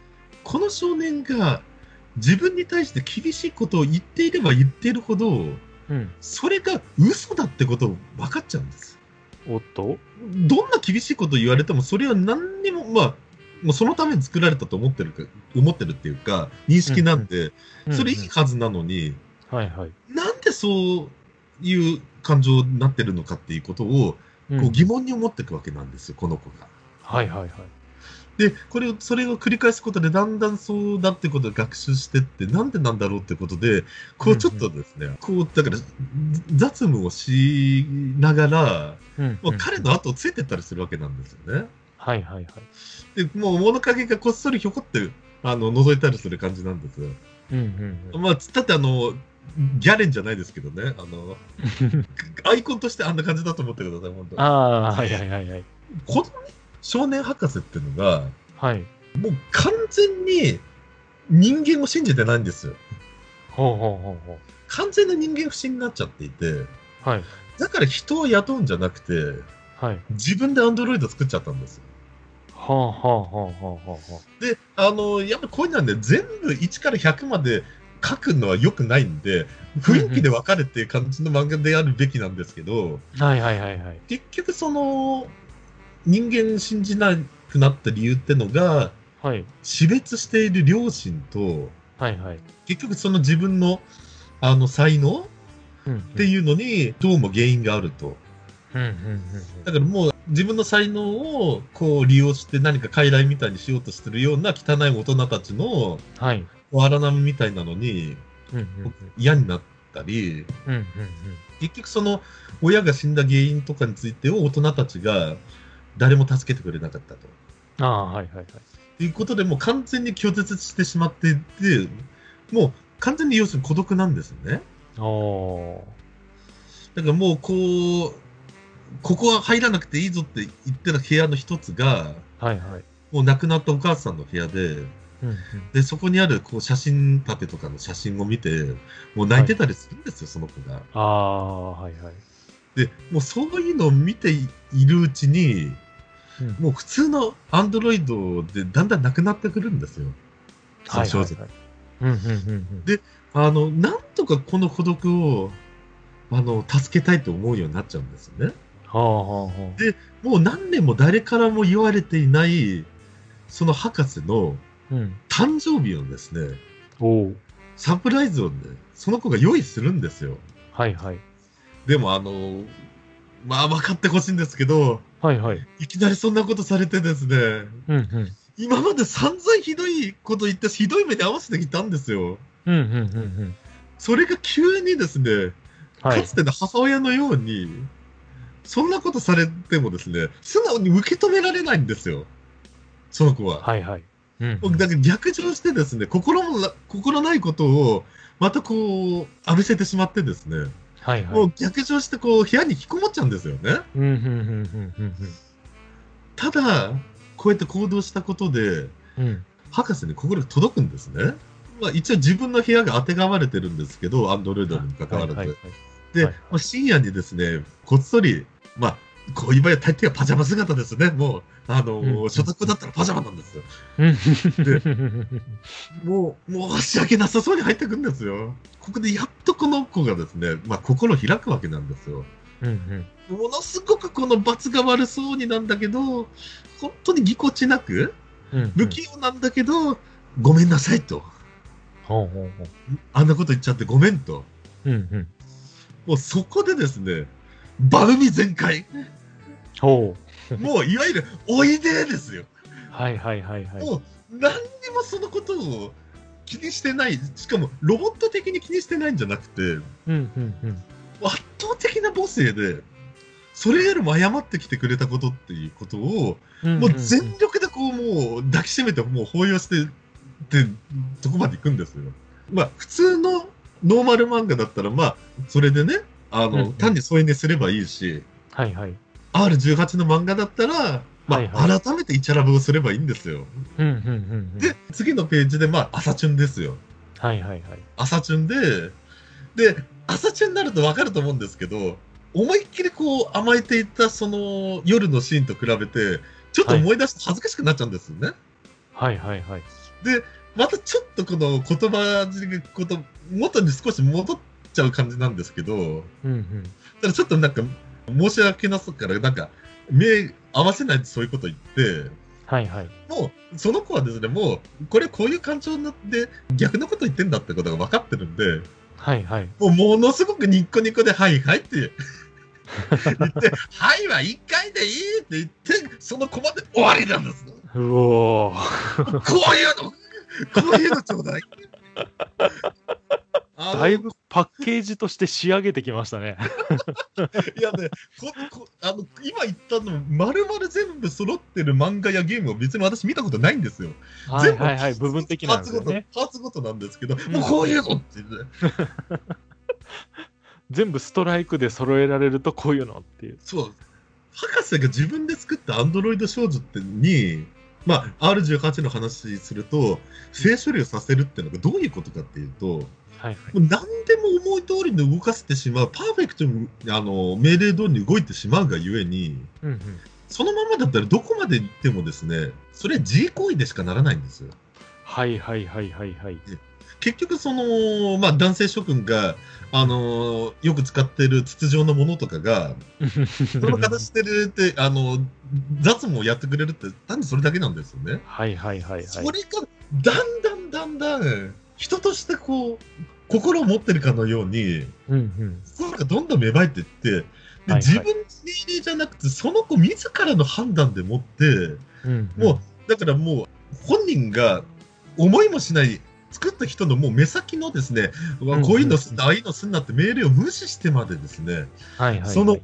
Speaker 1: この少年が自分に対して厳しいことを言っていれば言っているほど
Speaker 2: うん。
Speaker 1: それが嘘だってことを分かっちゃうんです。
Speaker 2: おっと
Speaker 1: どんな厳しいことを言われてもそれは何にもまあもうそのために作られたと思ってるか思ってるっていうか認識なんで、それいいはずなのに、
Speaker 2: うんうんはいはい。
Speaker 1: なんでそういう感情になってるのかっていうことを
Speaker 2: うん
Speaker 1: こう疑問に思っていくわけなんですよ、この子が。
Speaker 2: はいはいはい。
Speaker 1: でこれをそれを繰り返すことでだんだんそうだってことを学習してってなんでなんだろうってことでこうちょっとですね、こうだから雑務をしながら、
Speaker 2: うん
Speaker 1: まあ、彼の後をついてったりするわけなんですよね。
Speaker 2: はいはいはい。
Speaker 1: でもう物陰がこっそりひょこってあの覗いたりする感じなんですよ。
Speaker 2: うんうんうん。
Speaker 1: まあ、つったってあのギャレンじゃないですけどねあ のアイコンとしてあんな感じだと思ってください本当
Speaker 2: ああ、はいはいはいはい。
Speaker 1: このね少年博士っていうのが
Speaker 2: はい。
Speaker 1: もう完全に人間を信じてないんですよ。
Speaker 2: ほうほうほうほ
Speaker 1: 完全な人間不信になっちゃっていて、
Speaker 2: う。はい。
Speaker 1: だから人を雇うんじゃなくて、
Speaker 2: はい。
Speaker 1: 自分でアンドロイド作っちゃったんですよ。
Speaker 2: はあはあはあはあはあは
Speaker 1: で、あの、やっぱこういうのはね、全部1から100まで書くのは良くないんで、雰囲気で分かれて感じの漫画であるべきなんですけど、
Speaker 2: あ。はいはいはいはい。
Speaker 1: 結局その、人間信じなくなった理由ってのが、
Speaker 2: はい
Speaker 1: 死別している両親と、
Speaker 2: はいはい。
Speaker 1: 結局その自分の、あの、才能
Speaker 2: うん。
Speaker 1: っていうのに、どうも原因があると。
Speaker 2: うんうん
Speaker 1: だからもう自分の才能をこう利用して何か傀儡みたいにしようとしてるような汚い大人たちの
Speaker 2: うん。はい。
Speaker 1: 荒波みたいなのに
Speaker 2: うんうん
Speaker 1: 嫌になったり
Speaker 2: うんうん
Speaker 1: 結局その親が死んだ原因とかについてを大人たちが誰も助けてくれなかったと。
Speaker 2: うん。ああ、はいはいはい。
Speaker 1: ということでもう完全に拒絶してしまっていてもう完全に要するに孤独なんですよね。
Speaker 2: おー。
Speaker 1: だからもうこうここは入らなくていいぞって言ってた部屋の一つが
Speaker 2: はいはい。
Speaker 1: もう亡くなったお母さんの部屋で
Speaker 2: うんうん。
Speaker 1: で、そこにあるこう写真立てとかの写真を見て、もう泣いてたりするんですよ、その子が。
Speaker 2: ああ、はいはい。
Speaker 1: で、もうそういうのを見ているうちに、
Speaker 2: うん
Speaker 1: もう普通のアンドロイドでだんだんなくなってくるんですよ。その
Speaker 2: はいは
Speaker 1: 少
Speaker 2: い
Speaker 1: 女
Speaker 2: はい。うんうんうんうん。
Speaker 1: あの、なんとかこの孤独を、あの、助けたいと思うようになっちゃうんですよね。
Speaker 2: はあはあはあ。
Speaker 1: もう何年も誰からも言われていない、その博士の
Speaker 2: うん。
Speaker 1: 誕生日をですね、
Speaker 2: おー。
Speaker 1: サプライズをね、その子が用意するんですよ。
Speaker 2: はいはい。
Speaker 1: でもあの、まあ分かってほしいんですけど、
Speaker 2: はいはい。
Speaker 1: いきなりそんなことされてですね、
Speaker 2: うんうん。
Speaker 1: 今まで散々ひどいこと言って、ひどい目に合わせてきたんですよ。
Speaker 2: うんうんうんうん。
Speaker 1: それが急にですね、
Speaker 2: は
Speaker 1: か
Speaker 2: い
Speaker 1: つ。ての母親のように、そんなことされてもですね、素直に受け止められないんですよ、その子は。
Speaker 2: はいはい。うん。
Speaker 1: 僕だから逆上してですね、心もな心ないことを、またこう、浴びせてしまってですね、
Speaker 2: はいは
Speaker 1: も
Speaker 2: い。
Speaker 1: う逆上してこう、部屋に引きこもっちゃうんですよね。
Speaker 2: うんうんうんうん
Speaker 1: ただこうやって行動したことで
Speaker 2: うんうん。
Speaker 1: 博士に心が届くんですね、まあ、一応自分の部屋があてがわれてるんですけどアンドロイドにも関わらず、
Speaker 2: はいはい
Speaker 1: で、
Speaker 2: はい
Speaker 1: まあ、深夜にですねこっそりまあこういう場合は大抵はパジャマ姿ですねもうあのー、
Speaker 2: うん
Speaker 1: 所得だったらパジャマなんですよ
Speaker 2: はい。
Speaker 1: もうもう申し訳なさそうに入ってくんですよここでやっとこの子がですね、まあ、心を開くわけなんですよ
Speaker 2: うんうん。
Speaker 1: ものすごくこの罰が悪そうになんだけど本当にぎこちなく
Speaker 2: うんうん
Speaker 1: 不器用なんだけど、ごめんなさいと。
Speaker 2: ほうほうほう。
Speaker 1: あんなこと言っちゃってごめんと。
Speaker 2: うんうん。
Speaker 1: もうそこでですね、バルミ全開。
Speaker 2: ほう。
Speaker 1: もういわゆる、おいでですよ。
Speaker 2: はいはいはいはい。
Speaker 1: もう何にもそのことを気にしてない。しかも、ロボット的に気にしてないんじゃなくて、
Speaker 2: うんうんうん。
Speaker 1: 圧倒的な母性で、それよりも謝ってきてくれたことっていうことを、
Speaker 2: うんんん
Speaker 1: もう全力でこう、もう抱きしめて、もう抱擁して、ってどこまで行くんですよ。まあ、普通のノーマル漫画だったら、まあ、それでね、あ
Speaker 2: うんう
Speaker 1: の、
Speaker 2: ん
Speaker 1: 単に添え寝すればいいし、
Speaker 2: はいはい。
Speaker 1: R18 の漫画だったら、まあ、
Speaker 2: はいは
Speaker 1: 改めてイチャラブをすればいいんですよ。
Speaker 2: うんうんうんうん。
Speaker 1: で、次のページで、まあ、朝チュンですよ。
Speaker 2: はいはいはい。
Speaker 1: 朝チュンで、で、朝チュンになると分かると思うんですけど、思いっきりこう甘えていたその夜のシーンと比べて、ちょっと思い出して恥ずかしくなっちゃうんですよね。
Speaker 2: はいはいはい。
Speaker 1: またちょっとこの言葉尻こと、元に少し戻っちゃう感じなんですけど、
Speaker 2: うんうん。
Speaker 1: ただちょっとなんか申し訳なさから、なんか目合わせないでそういうこと言って、
Speaker 2: はいはい。
Speaker 1: もうその子はですね、もうこれこういう感情になって逆のこと言ってんだってことが分かってるんで、
Speaker 2: はいはい。
Speaker 1: もうものすごくニッコニコで、はいはいって言って、はいは一回でいいって言って、そのコマで終わりなんです。こ
Speaker 2: うおー。
Speaker 1: ういうの、こういうのちょうだい。 あの
Speaker 2: だいぶパッケージとして仕上げてきましたね。
Speaker 1: いやね、ここあの今言ったの、まるまる全部揃ってる漫画やゲームを別に私見たことないんですよ。
Speaker 2: はいはいはい。部分的なんですよね。
Speaker 1: パーツごと。パーツごとなんですけど、
Speaker 2: ん
Speaker 1: もうこういうのって言って、
Speaker 2: 全部ストライクで揃えられるとこういうのっていう。
Speaker 1: そう。博士が自分で作ったアンドロイド少女ってに、まあ、R18 の話すると、性処理をさせるっていうのがどういうことかっていうと、も
Speaker 2: はいは
Speaker 1: う何でも思い通りに動かせてしまう、パーフェクトにあの命令通りに動いてしまうがゆえに、
Speaker 2: い。うんうん。
Speaker 1: そのままだったらどこまで行ってもですね、それは自行為でしかならないんですよ。
Speaker 2: はいはいはいはいはい。
Speaker 1: 結局その、まあ、男性諸君が、あのよく使ってる筒状のものとかが、その形してるって、あの、雑務をやってくれるって、単にそれだけなんですよね。
Speaker 2: はいはいはいはい。
Speaker 1: それが、だんだんだんだん、人としてこう、心を持ってるかのように、
Speaker 2: うんうん。
Speaker 1: 心がどんどん芽生えていって、で
Speaker 2: いはい
Speaker 1: 自分の命令じゃなくて、その子自らの判断でもって、
Speaker 2: うんうん
Speaker 1: もう、だからもう、本人が思いもしない、作った人のもう目先のですね、うわ
Speaker 2: うん
Speaker 1: こういうのすんな、ああいうのすんなって命令を無視してまでですね、
Speaker 2: はいはいはい、
Speaker 1: その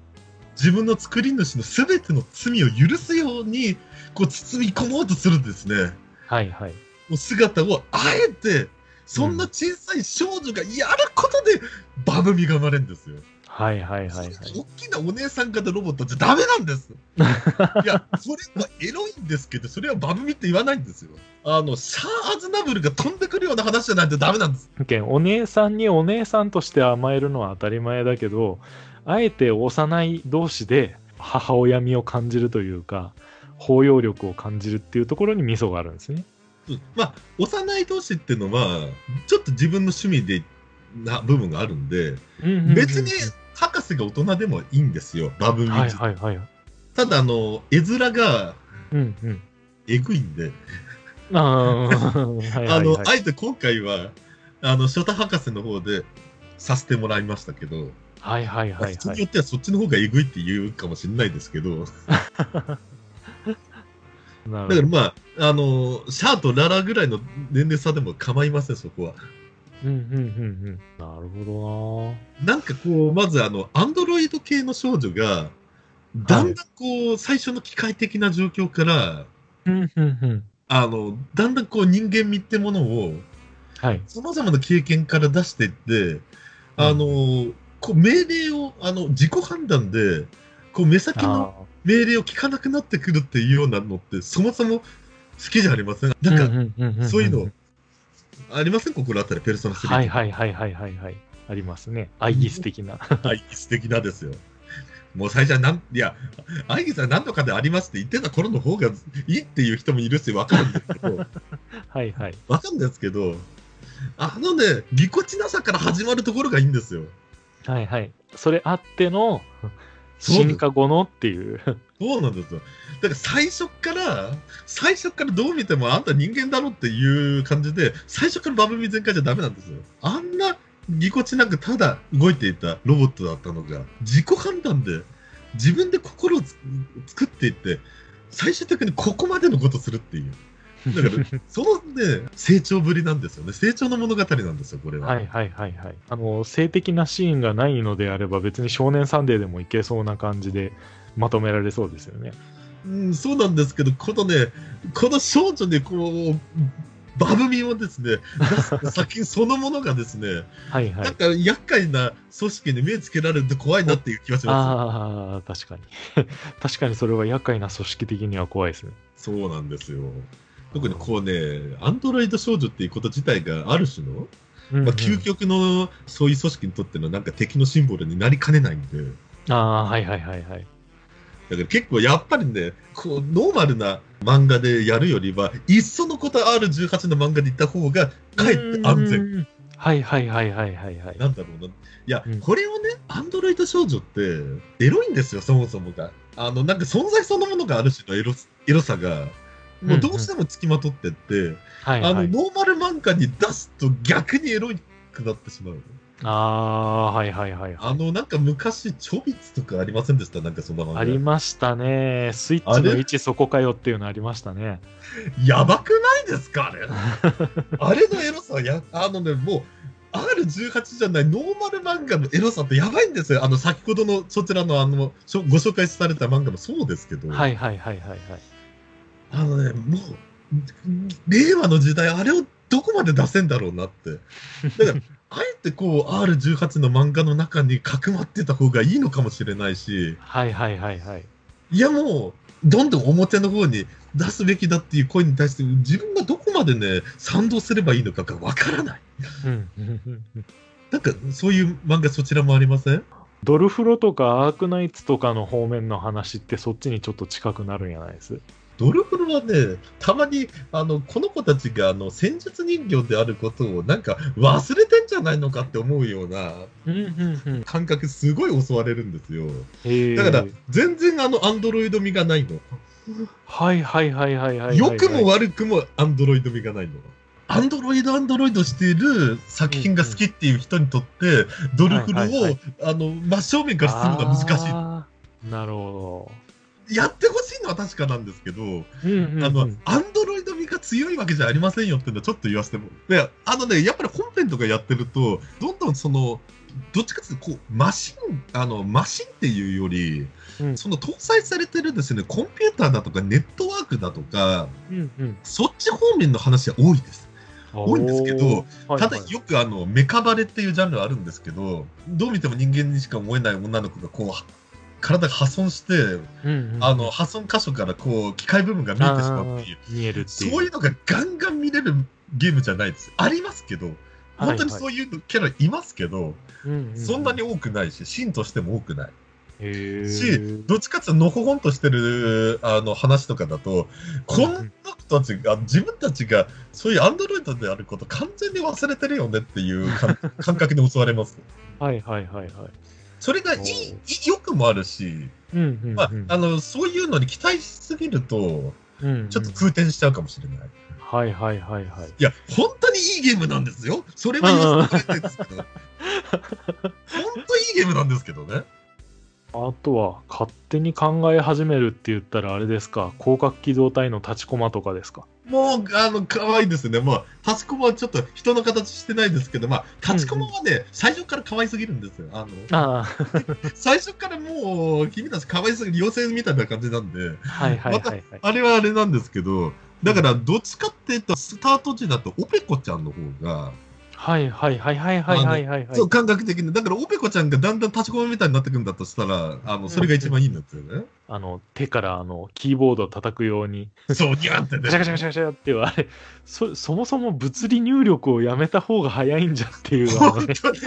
Speaker 1: 自分の作り主の全ての罪を許すようにこう包み込もうとするんですね。
Speaker 2: はいはい。
Speaker 1: もう姿をあえてそんな小さい少女がやることでバブ磨まれるんですよ。
Speaker 2: はいはいはいはい。
Speaker 1: 大きなお姉さん型ロボットじゃダメなんです。 いや、それはエロいんですけど、それはバブミって言わないんですよ。あの、シャア・アズナブルが飛んでくるような話じゃないとダメなんです。
Speaker 2: けんお姉さんにお姉さんとして甘えるのは当たり前だけどあえて幼い同士で母親味を感じるというか包容力を感じるっていうところにミソがあるんですね。
Speaker 1: うんまあ、幼い同士っていうのは、ちょっと自分の趣味で、な部分があるんで、別に博士が大人でもいいんですよ、バブミ、
Speaker 2: はいはいはい。
Speaker 1: ただ、あの、絵面が
Speaker 2: うんうん。
Speaker 1: えぐいんで、
Speaker 2: ああ、はい
Speaker 1: あ
Speaker 2: はい
Speaker 1: の、あ
Speaker 2: はい。
Speaker 1: えて今回は、あの、初太博士の方でさせてもらいましたけど、
Speaker 2: はいはいはい
Speaker 1: 人
Speaker 2: は
Speaker 1: によ
Speaker 2: い。
Speaker 1: ってはそっちの方がえぐいって言うかもしれないですけど、
Speaker 2: な
Speaker 1: だから
Speaker 2: るほど。
Speaker 1: まあ、あの、シャアとララぐらいの年齢差でも構いません、そこは。
Speaker 2: うんうんうんうん。なるほ
Speaker 1: なんかこう、まずあの、アンドロイド系の少女が、だんだんこう、最初の機械的な状況から、
Speaker 2: どな。うんうんうん。
Speaker 1: あの、だんだんこう人間味ってものを、
Speaker 2: はい。
Speaker 1: さまざまな経験から出していって、あの、こう命令を、あの、自己判断で、こう目先の
Speaker 2: あ
Speaker 1: 命令を聞かなくなってくるっていうようなのって、そもそも好きじゃありません。
Speaker 2: あ。
Speaker 1: なんか、
Speaker 2: か
Speaker 1: そういうの、ありません心当たり、ペルソナ3。
Speaker 2: はいはいはいはいはいはい。ありますね。アイギス 的な。
Speaker 1: はい、素敵なですよ。もう最初はなん、いや、アイギさん何度かでありますって言ってた頃の方がいいっていう人もいるし、わかるんですけど、
Speaker 2: はいはい。
Speaker 1: わかるんですけど、あのね、ぎこちなさから始まるところがいいんですよ。
Speaker 2: はいはい。それあっての、
Speaker 1: そうです
Speaker 2: 進化後のっていう。
Speaker 1: そうなんですよ。だから最初から、最初からどう見てもあんた人間だろっていう感じで、最初からバブミ全開じゃダメなんですよ。あんなぎこちなくただ動いていたロボットだったのが、自己判断で、自分で心をつ作っていって、最終的にここまでのことするっていう。だから、そのね、成長ぶりなんですよね。成長の物語なんですよ、これは。
Speaker 2: はいはいはいはい。あの、性的なシーンがないのであれば、別に少年サンデーでもいけそうな感じでまとめられそうですよね。
Speaker 1: うん、そうなんですけど、このね、この少女にこう、バブミをですね、出す作品そのものがですね、
Speaker 2: はいは
Speaker 1: なん
Speaker 2: い。
Speaker 1: か厄介な組織に目つけられると怖いなっていう気がしま
Speaker 2: ああ、確かに。 確かにそれは厄介な組織的には怖いですね。
Speaker 1: す。そうなんですよ。特にこうね、アンドロイド少女っていうこと自体がある種の、
Speaker 2: うんうん
Speaker 1: まあ、究極のそういう組織にとってのなんか敵のシンボルになりかねないんで、
Speaker 2: ああ、はいはいはいはい。
Speaker 1: だから結構やっぱりね、こうノーマルな漫画でやるよりは、いっそのこと R18 の漫画で行った方が、かえって安全。
Speaker 2: 全。はいはいはいはいはいはい。
Speaker 1: なんだろうな。いや、
Speaker 2: うん
Speaker 1: これをね、アンドロイド少女って、エロいんですよ、そもそもが。あの、なんか存在そのものがある種のエロエロさが、もうどうしてもつきまとってって、
Speaker 2: はい
Speaker 1: あ
Speaker 2: は
Speaker 1: の、
Speaker 2: い。
Speaker 1: ノーマル漫画に出すと逆にエロくなってしまう。
Speaker 2: ああ、はいはいはいは
Speaker 1: あ
Speaker 2: い。
Speaker 1: の、なんか昔、チョビッツとかありませんでしたなんかそんな漫画。
Speaker 2: ありましたね。スイッチの位置そこかよっていうのありましたね。
Speaker 1: やばくないですかあれ。 あれのエロさはや、あのね、もう、R18 じゃないノーマル漫画のエロさってやばいんですよ。あの、先ほどのそちらのあの、しょご紹介された漫画もそうですけど、
Speaker 2: はいはいはいはいはい。
Speaker 1: あのね、もう、ん令和の時代、あれをどこまで出せんだろうなって。だ から、あえてこう、R18 の漫画の中にかくまってた方がいいのかもしれないし、
Speaker 2: はいはいはいはい。
Speaker 1: いやもう、どんどん表の方に出すべきだっていう声に対して、自分がどこまでね、賛同すればいいのかがわからない。
Speaker 2: うん うんうん
Speaker 1: なんか、そういう漫画そちらもありません
Speaker 2: ドルフロとかアークナイツとかの方面の話ってそっちにちょっと近くなるんやないです。
Speaker 1: ドルフルはね、たまに、あの、この子たちが、あの、戦術人形であることを、なんか、忘れてんじゃないのかって思うような
Speaker 2: うんうんうん
Speaker 1: 感覚、すごい襲われるんですよ。
Speaker 2: へえ
Speaker 1: だから、全然、あの、アンドロイド味がないの。
Speaker 2: はいはいはいはいはいはいはい。
Speaker 1: 良くも悪くもアンドロイド味がないの。アンドロイドアンドロイドしている作品が好きっていう人にとって、ドルフルを、
Speaker 2: はいはいはい
Speaker 1: あの真正面から進むのは難
Speaker 2: あーなるほ
Speaker 1: しい。やってほしいのは確かなんですけど、
Speaker 2: ど。うんうんうん
Speaker 1: あのアンドロイド味が強いわけじゃありませんよっていうのはちょっと言わせてもであのねやっぱり本編とかやってるとどんどんそのどっちかっていうとこうマシンあのマシンっていうより
Speaker 2: うん
Speaker 1: その搭載されてるですねコンピューターだとかネットワークだとか
Speaker 2: うんうん
Speaker 1: そっち方面の話は多いです。多いんですけど
Speaker 2: おー
Speaker 1: ただ
Speaker 2: はいはい
Speaker 1: よくあのメカバレっていうジャンルあるんですけどどう見ても人間にしか思えない女の子がこうは体が破損して、
Speaker 2: うんうん
Speaker 1: あの破損箇所からこう機械部分が見えてしまうっていう
Speaker 2: あー見えるっていう。
Speaker 1: そういうのがガンガン見れるゲームじゃないですありますけど本当にそういうキャラいますけど、
Speaker 2: うんうんうん
Speaker 1: そんなに多くないしシーンとしても多くない
Speaker 2: へー
Speaker 1: しどっちかっていうとのほほんとしてるあの話とかだとこんな子たちが自分たちがそういうアンドロイドであること完全に忘れてるよねっていう 感感覚に襲われます
Speaker 2: はいはいはいはい。
Speaker 1: それがい
Speaker 2: お
Speaker 1: い
Speaker 2: ー
Speaker 1: い良くもあるし、
Speaker 2: うんうんうん
Speaker 1: まああのそういうのに期待しすぎると
Speaker 2: うんうん
Speaker 1: ちょっと空転しちゃうかもしれない、
Speaker 2: はいはいはいはい。
Speaker 1: いや本当にいいゲームなんですよそれは言わせてくれてるんです けど本当いいゲームなんですけどね
Speaker 2: あとは、勝手に考え始めるって言ったらあれですか、広角機動隊の立ちコマとかですか。
Speaker 1: もう、あの、可愛いですね。まあ、タチコマはちょっと人の形してないですけど、まあ、タチコマはね、最初から可愛すぎるんですよ。あの、
Speaker 2: あ
Speaker 1: 最初からもう、君たち可愛すぎる妖精みたいな感じなんで、
Speaker 2: あ、はいはいはいはい。
Speaker 1: あれはあれなんですけど、だから、どっちかっていうと、スタート時だと、オペコちゃんの方が、
Speaker 2: はいはいはいはいはいはいはいはい。
Speaker 1: そう、感覚的に、だから、オペコちゃんがだんだんタチコマみたいになってくんだとしたら、あの、それが一番いいんだってね。
Speaker 2: あの、手からあの、キーボードを叩くように、
Speaker 1: そう、ギャンってね
Speaker 2: ガシャガシャガシャガシャっていう、あれ、そ、そもそも物理入力をやめた方が早いんじゃっていう、あの
Speaker 1: 本
Speaker 2: ね
Speaker 1: 当にね。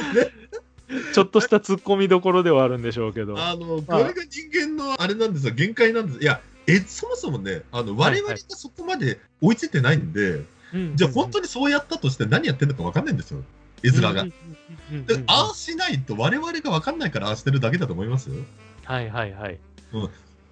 Speaker 2: ちょっとした突っ込みどころではあるんでしょうけど。
Speaker 1: あの、これが人間のあれなんですよ、限界なんです。いや、え、そもそもね、あの、
Speaker 2: は
Speaker 1: 我
Speaker 2: い
Speaker 1: 々がそこまで追いついてないんで、じゃあ本当
Speaker 2: に
Speaker 1: にそうやったとして何やってんのか分かんないんですよ、絵面が。
Speaker 2: うん
Speaker 1: で
Speaker 2: うんうんうんうん
Speaker 1: ああしないと我々が分かんないからああしてるだけだと思いますよ。
Speaker 2: はいはいはい。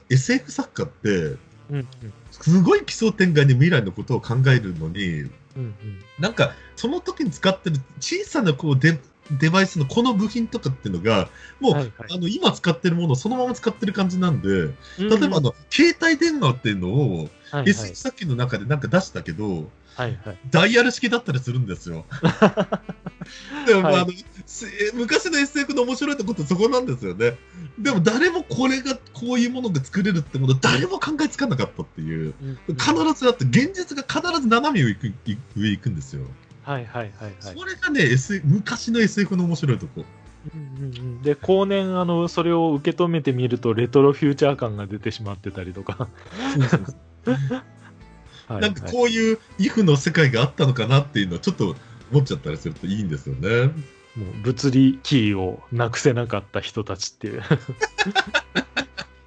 Speaker 1: SF 作家って、
Speaker 2: うんうん
Speaker 1: すごい奇想天外に未来のことを考えるのに、
Speaker 2: うんうん
Speaker 1: なんか、その時に使ってる小さなこうでデバイスのこの部品とかっていうのが、もう、
Speaker 2: はいはい
Speaker 1: あの今使ってるものをそのまま使ってる感じなんで、
Speaker 2: 例
Speaker 1: 例えばあ、の、携帯電話っていうのを、
Speaker 2: はいはい
Speaker 1: S1 さっきの中でなんか出したけど、
Speaker 2: はいはい
Speaker 1: ダイヤル式だったりするんです よ。でも、まあ
Speaker 2: はい
Speaker 1: あのせ昔の SF の面白いとこってそこなんですよね。でも誰もこれがこういうものが作れるってもの誰も考えつかなかったっていう。
Speaker 2: うんうん
Speaker 1: 必ずだって現実が必ず斜め上行くい上行くんですよ。
Speaker 2: はいはいはいはい
Speaker 1: それがね、S、昔の SF の面白いとこ。
Speaker 2: うんうんうんで後年あのそれを受け止めてみるとレトロフューチャー感が出てしまってたりとかは い
Speaker 1: なんか
Speaker 2: はい
Speaker 1: こういう if の世界があったのかなっていうのはちょっと思っちゃったりするといいんですよね。
Speaker 2: もう物理キーをなくせなかった人たちっていう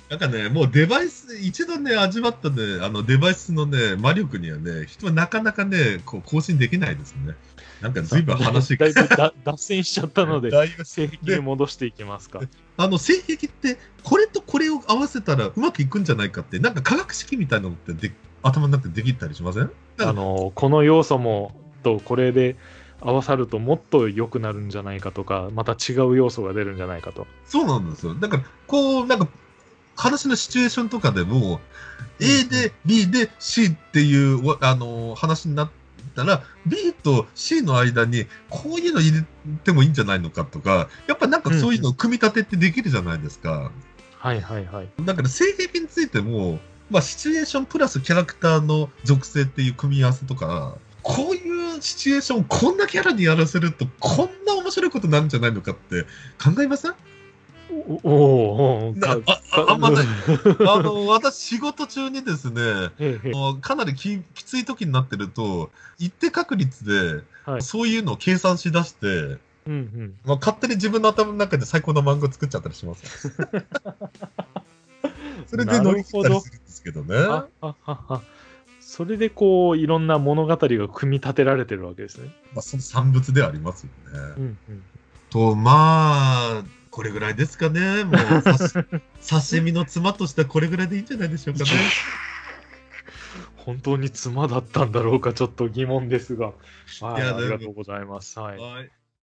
Speaker 1: なんかね、もうデバイス、一度ね、味わったね、あのデバイスのね、魔力にはね、人はなかなかね、こう更新できないですね。なんか随分話
Speaker 2: だ
Speaker 1: が
Speaker 2: い。ぶだ脱線しちゃった ので
Speaker 1: だいぶ
Speaker 2: 正規に戻していきますか
Speaker 1: あの性癖って、これとこれを合わせたらうまくいくんじゃないかって、なんか化学式みたいなのってで頭の中でできたりしません
Speaker 2: あのこの要素もとこれで合わさるともっと良くなるんじゃないかとかまた違う要素が出るんじゃないかと
Speaker 1: そうなんですよ。だから、こう、なんか、話のシチュエーションとかでも、
Speaker 2: うんうん
Speaker 1: A で B で C っていうわ、あのー話になったら、B と C の間に、こういうの入れてもいいんじゃないのかとか、やっぱなんかそういうのを組み立てってできるじゃないですか。
Speaker 2: はいはいはい
Speaker 1: だから、性癖についても、まあ、シチュエーションプラスキャラクターの属性っていう組み合わせとか、こういうシチュエーションをこんなキャラにやらせると、こんな面白いことになるんじゃないのかって考えません
Speaker 2: おおーおー
Speaker 1: な
Speaker 2: か
Speaker 1: あああんまない。あの私、仕事中にですね、
Speaker 2: ええええ
Speaker 1: あのかなりききつい時になってると、一定確率で、
Speaker 2: はい
Speaker 1: そういうのを計算しだして、
Speaker 2: うんうん
Speaker 1: まあ、勝手に自分の頭の中で最高の漫画作っちゃったりし ます。それで乗り切ったりするんですけどね。
Speaker 2: ああああそれでこういろんな物語が組み立てられてるわけですね。
Speaker 1: まあ、その産物ではありますよね。
Speaker 2: うんうん、
Speaker 1: と、まあ、これぐらいですかね。もう、 刺し刺身の妻としてはこれぐらいでいいんじゃないでしょうかね。
Speaker 2: 本当に妻だったんだろうかちょっと疑問ですが、はいい、
Speaker 1: やでも
Speaker 2: ありがとうございます。はい、
Speaker 1: はい。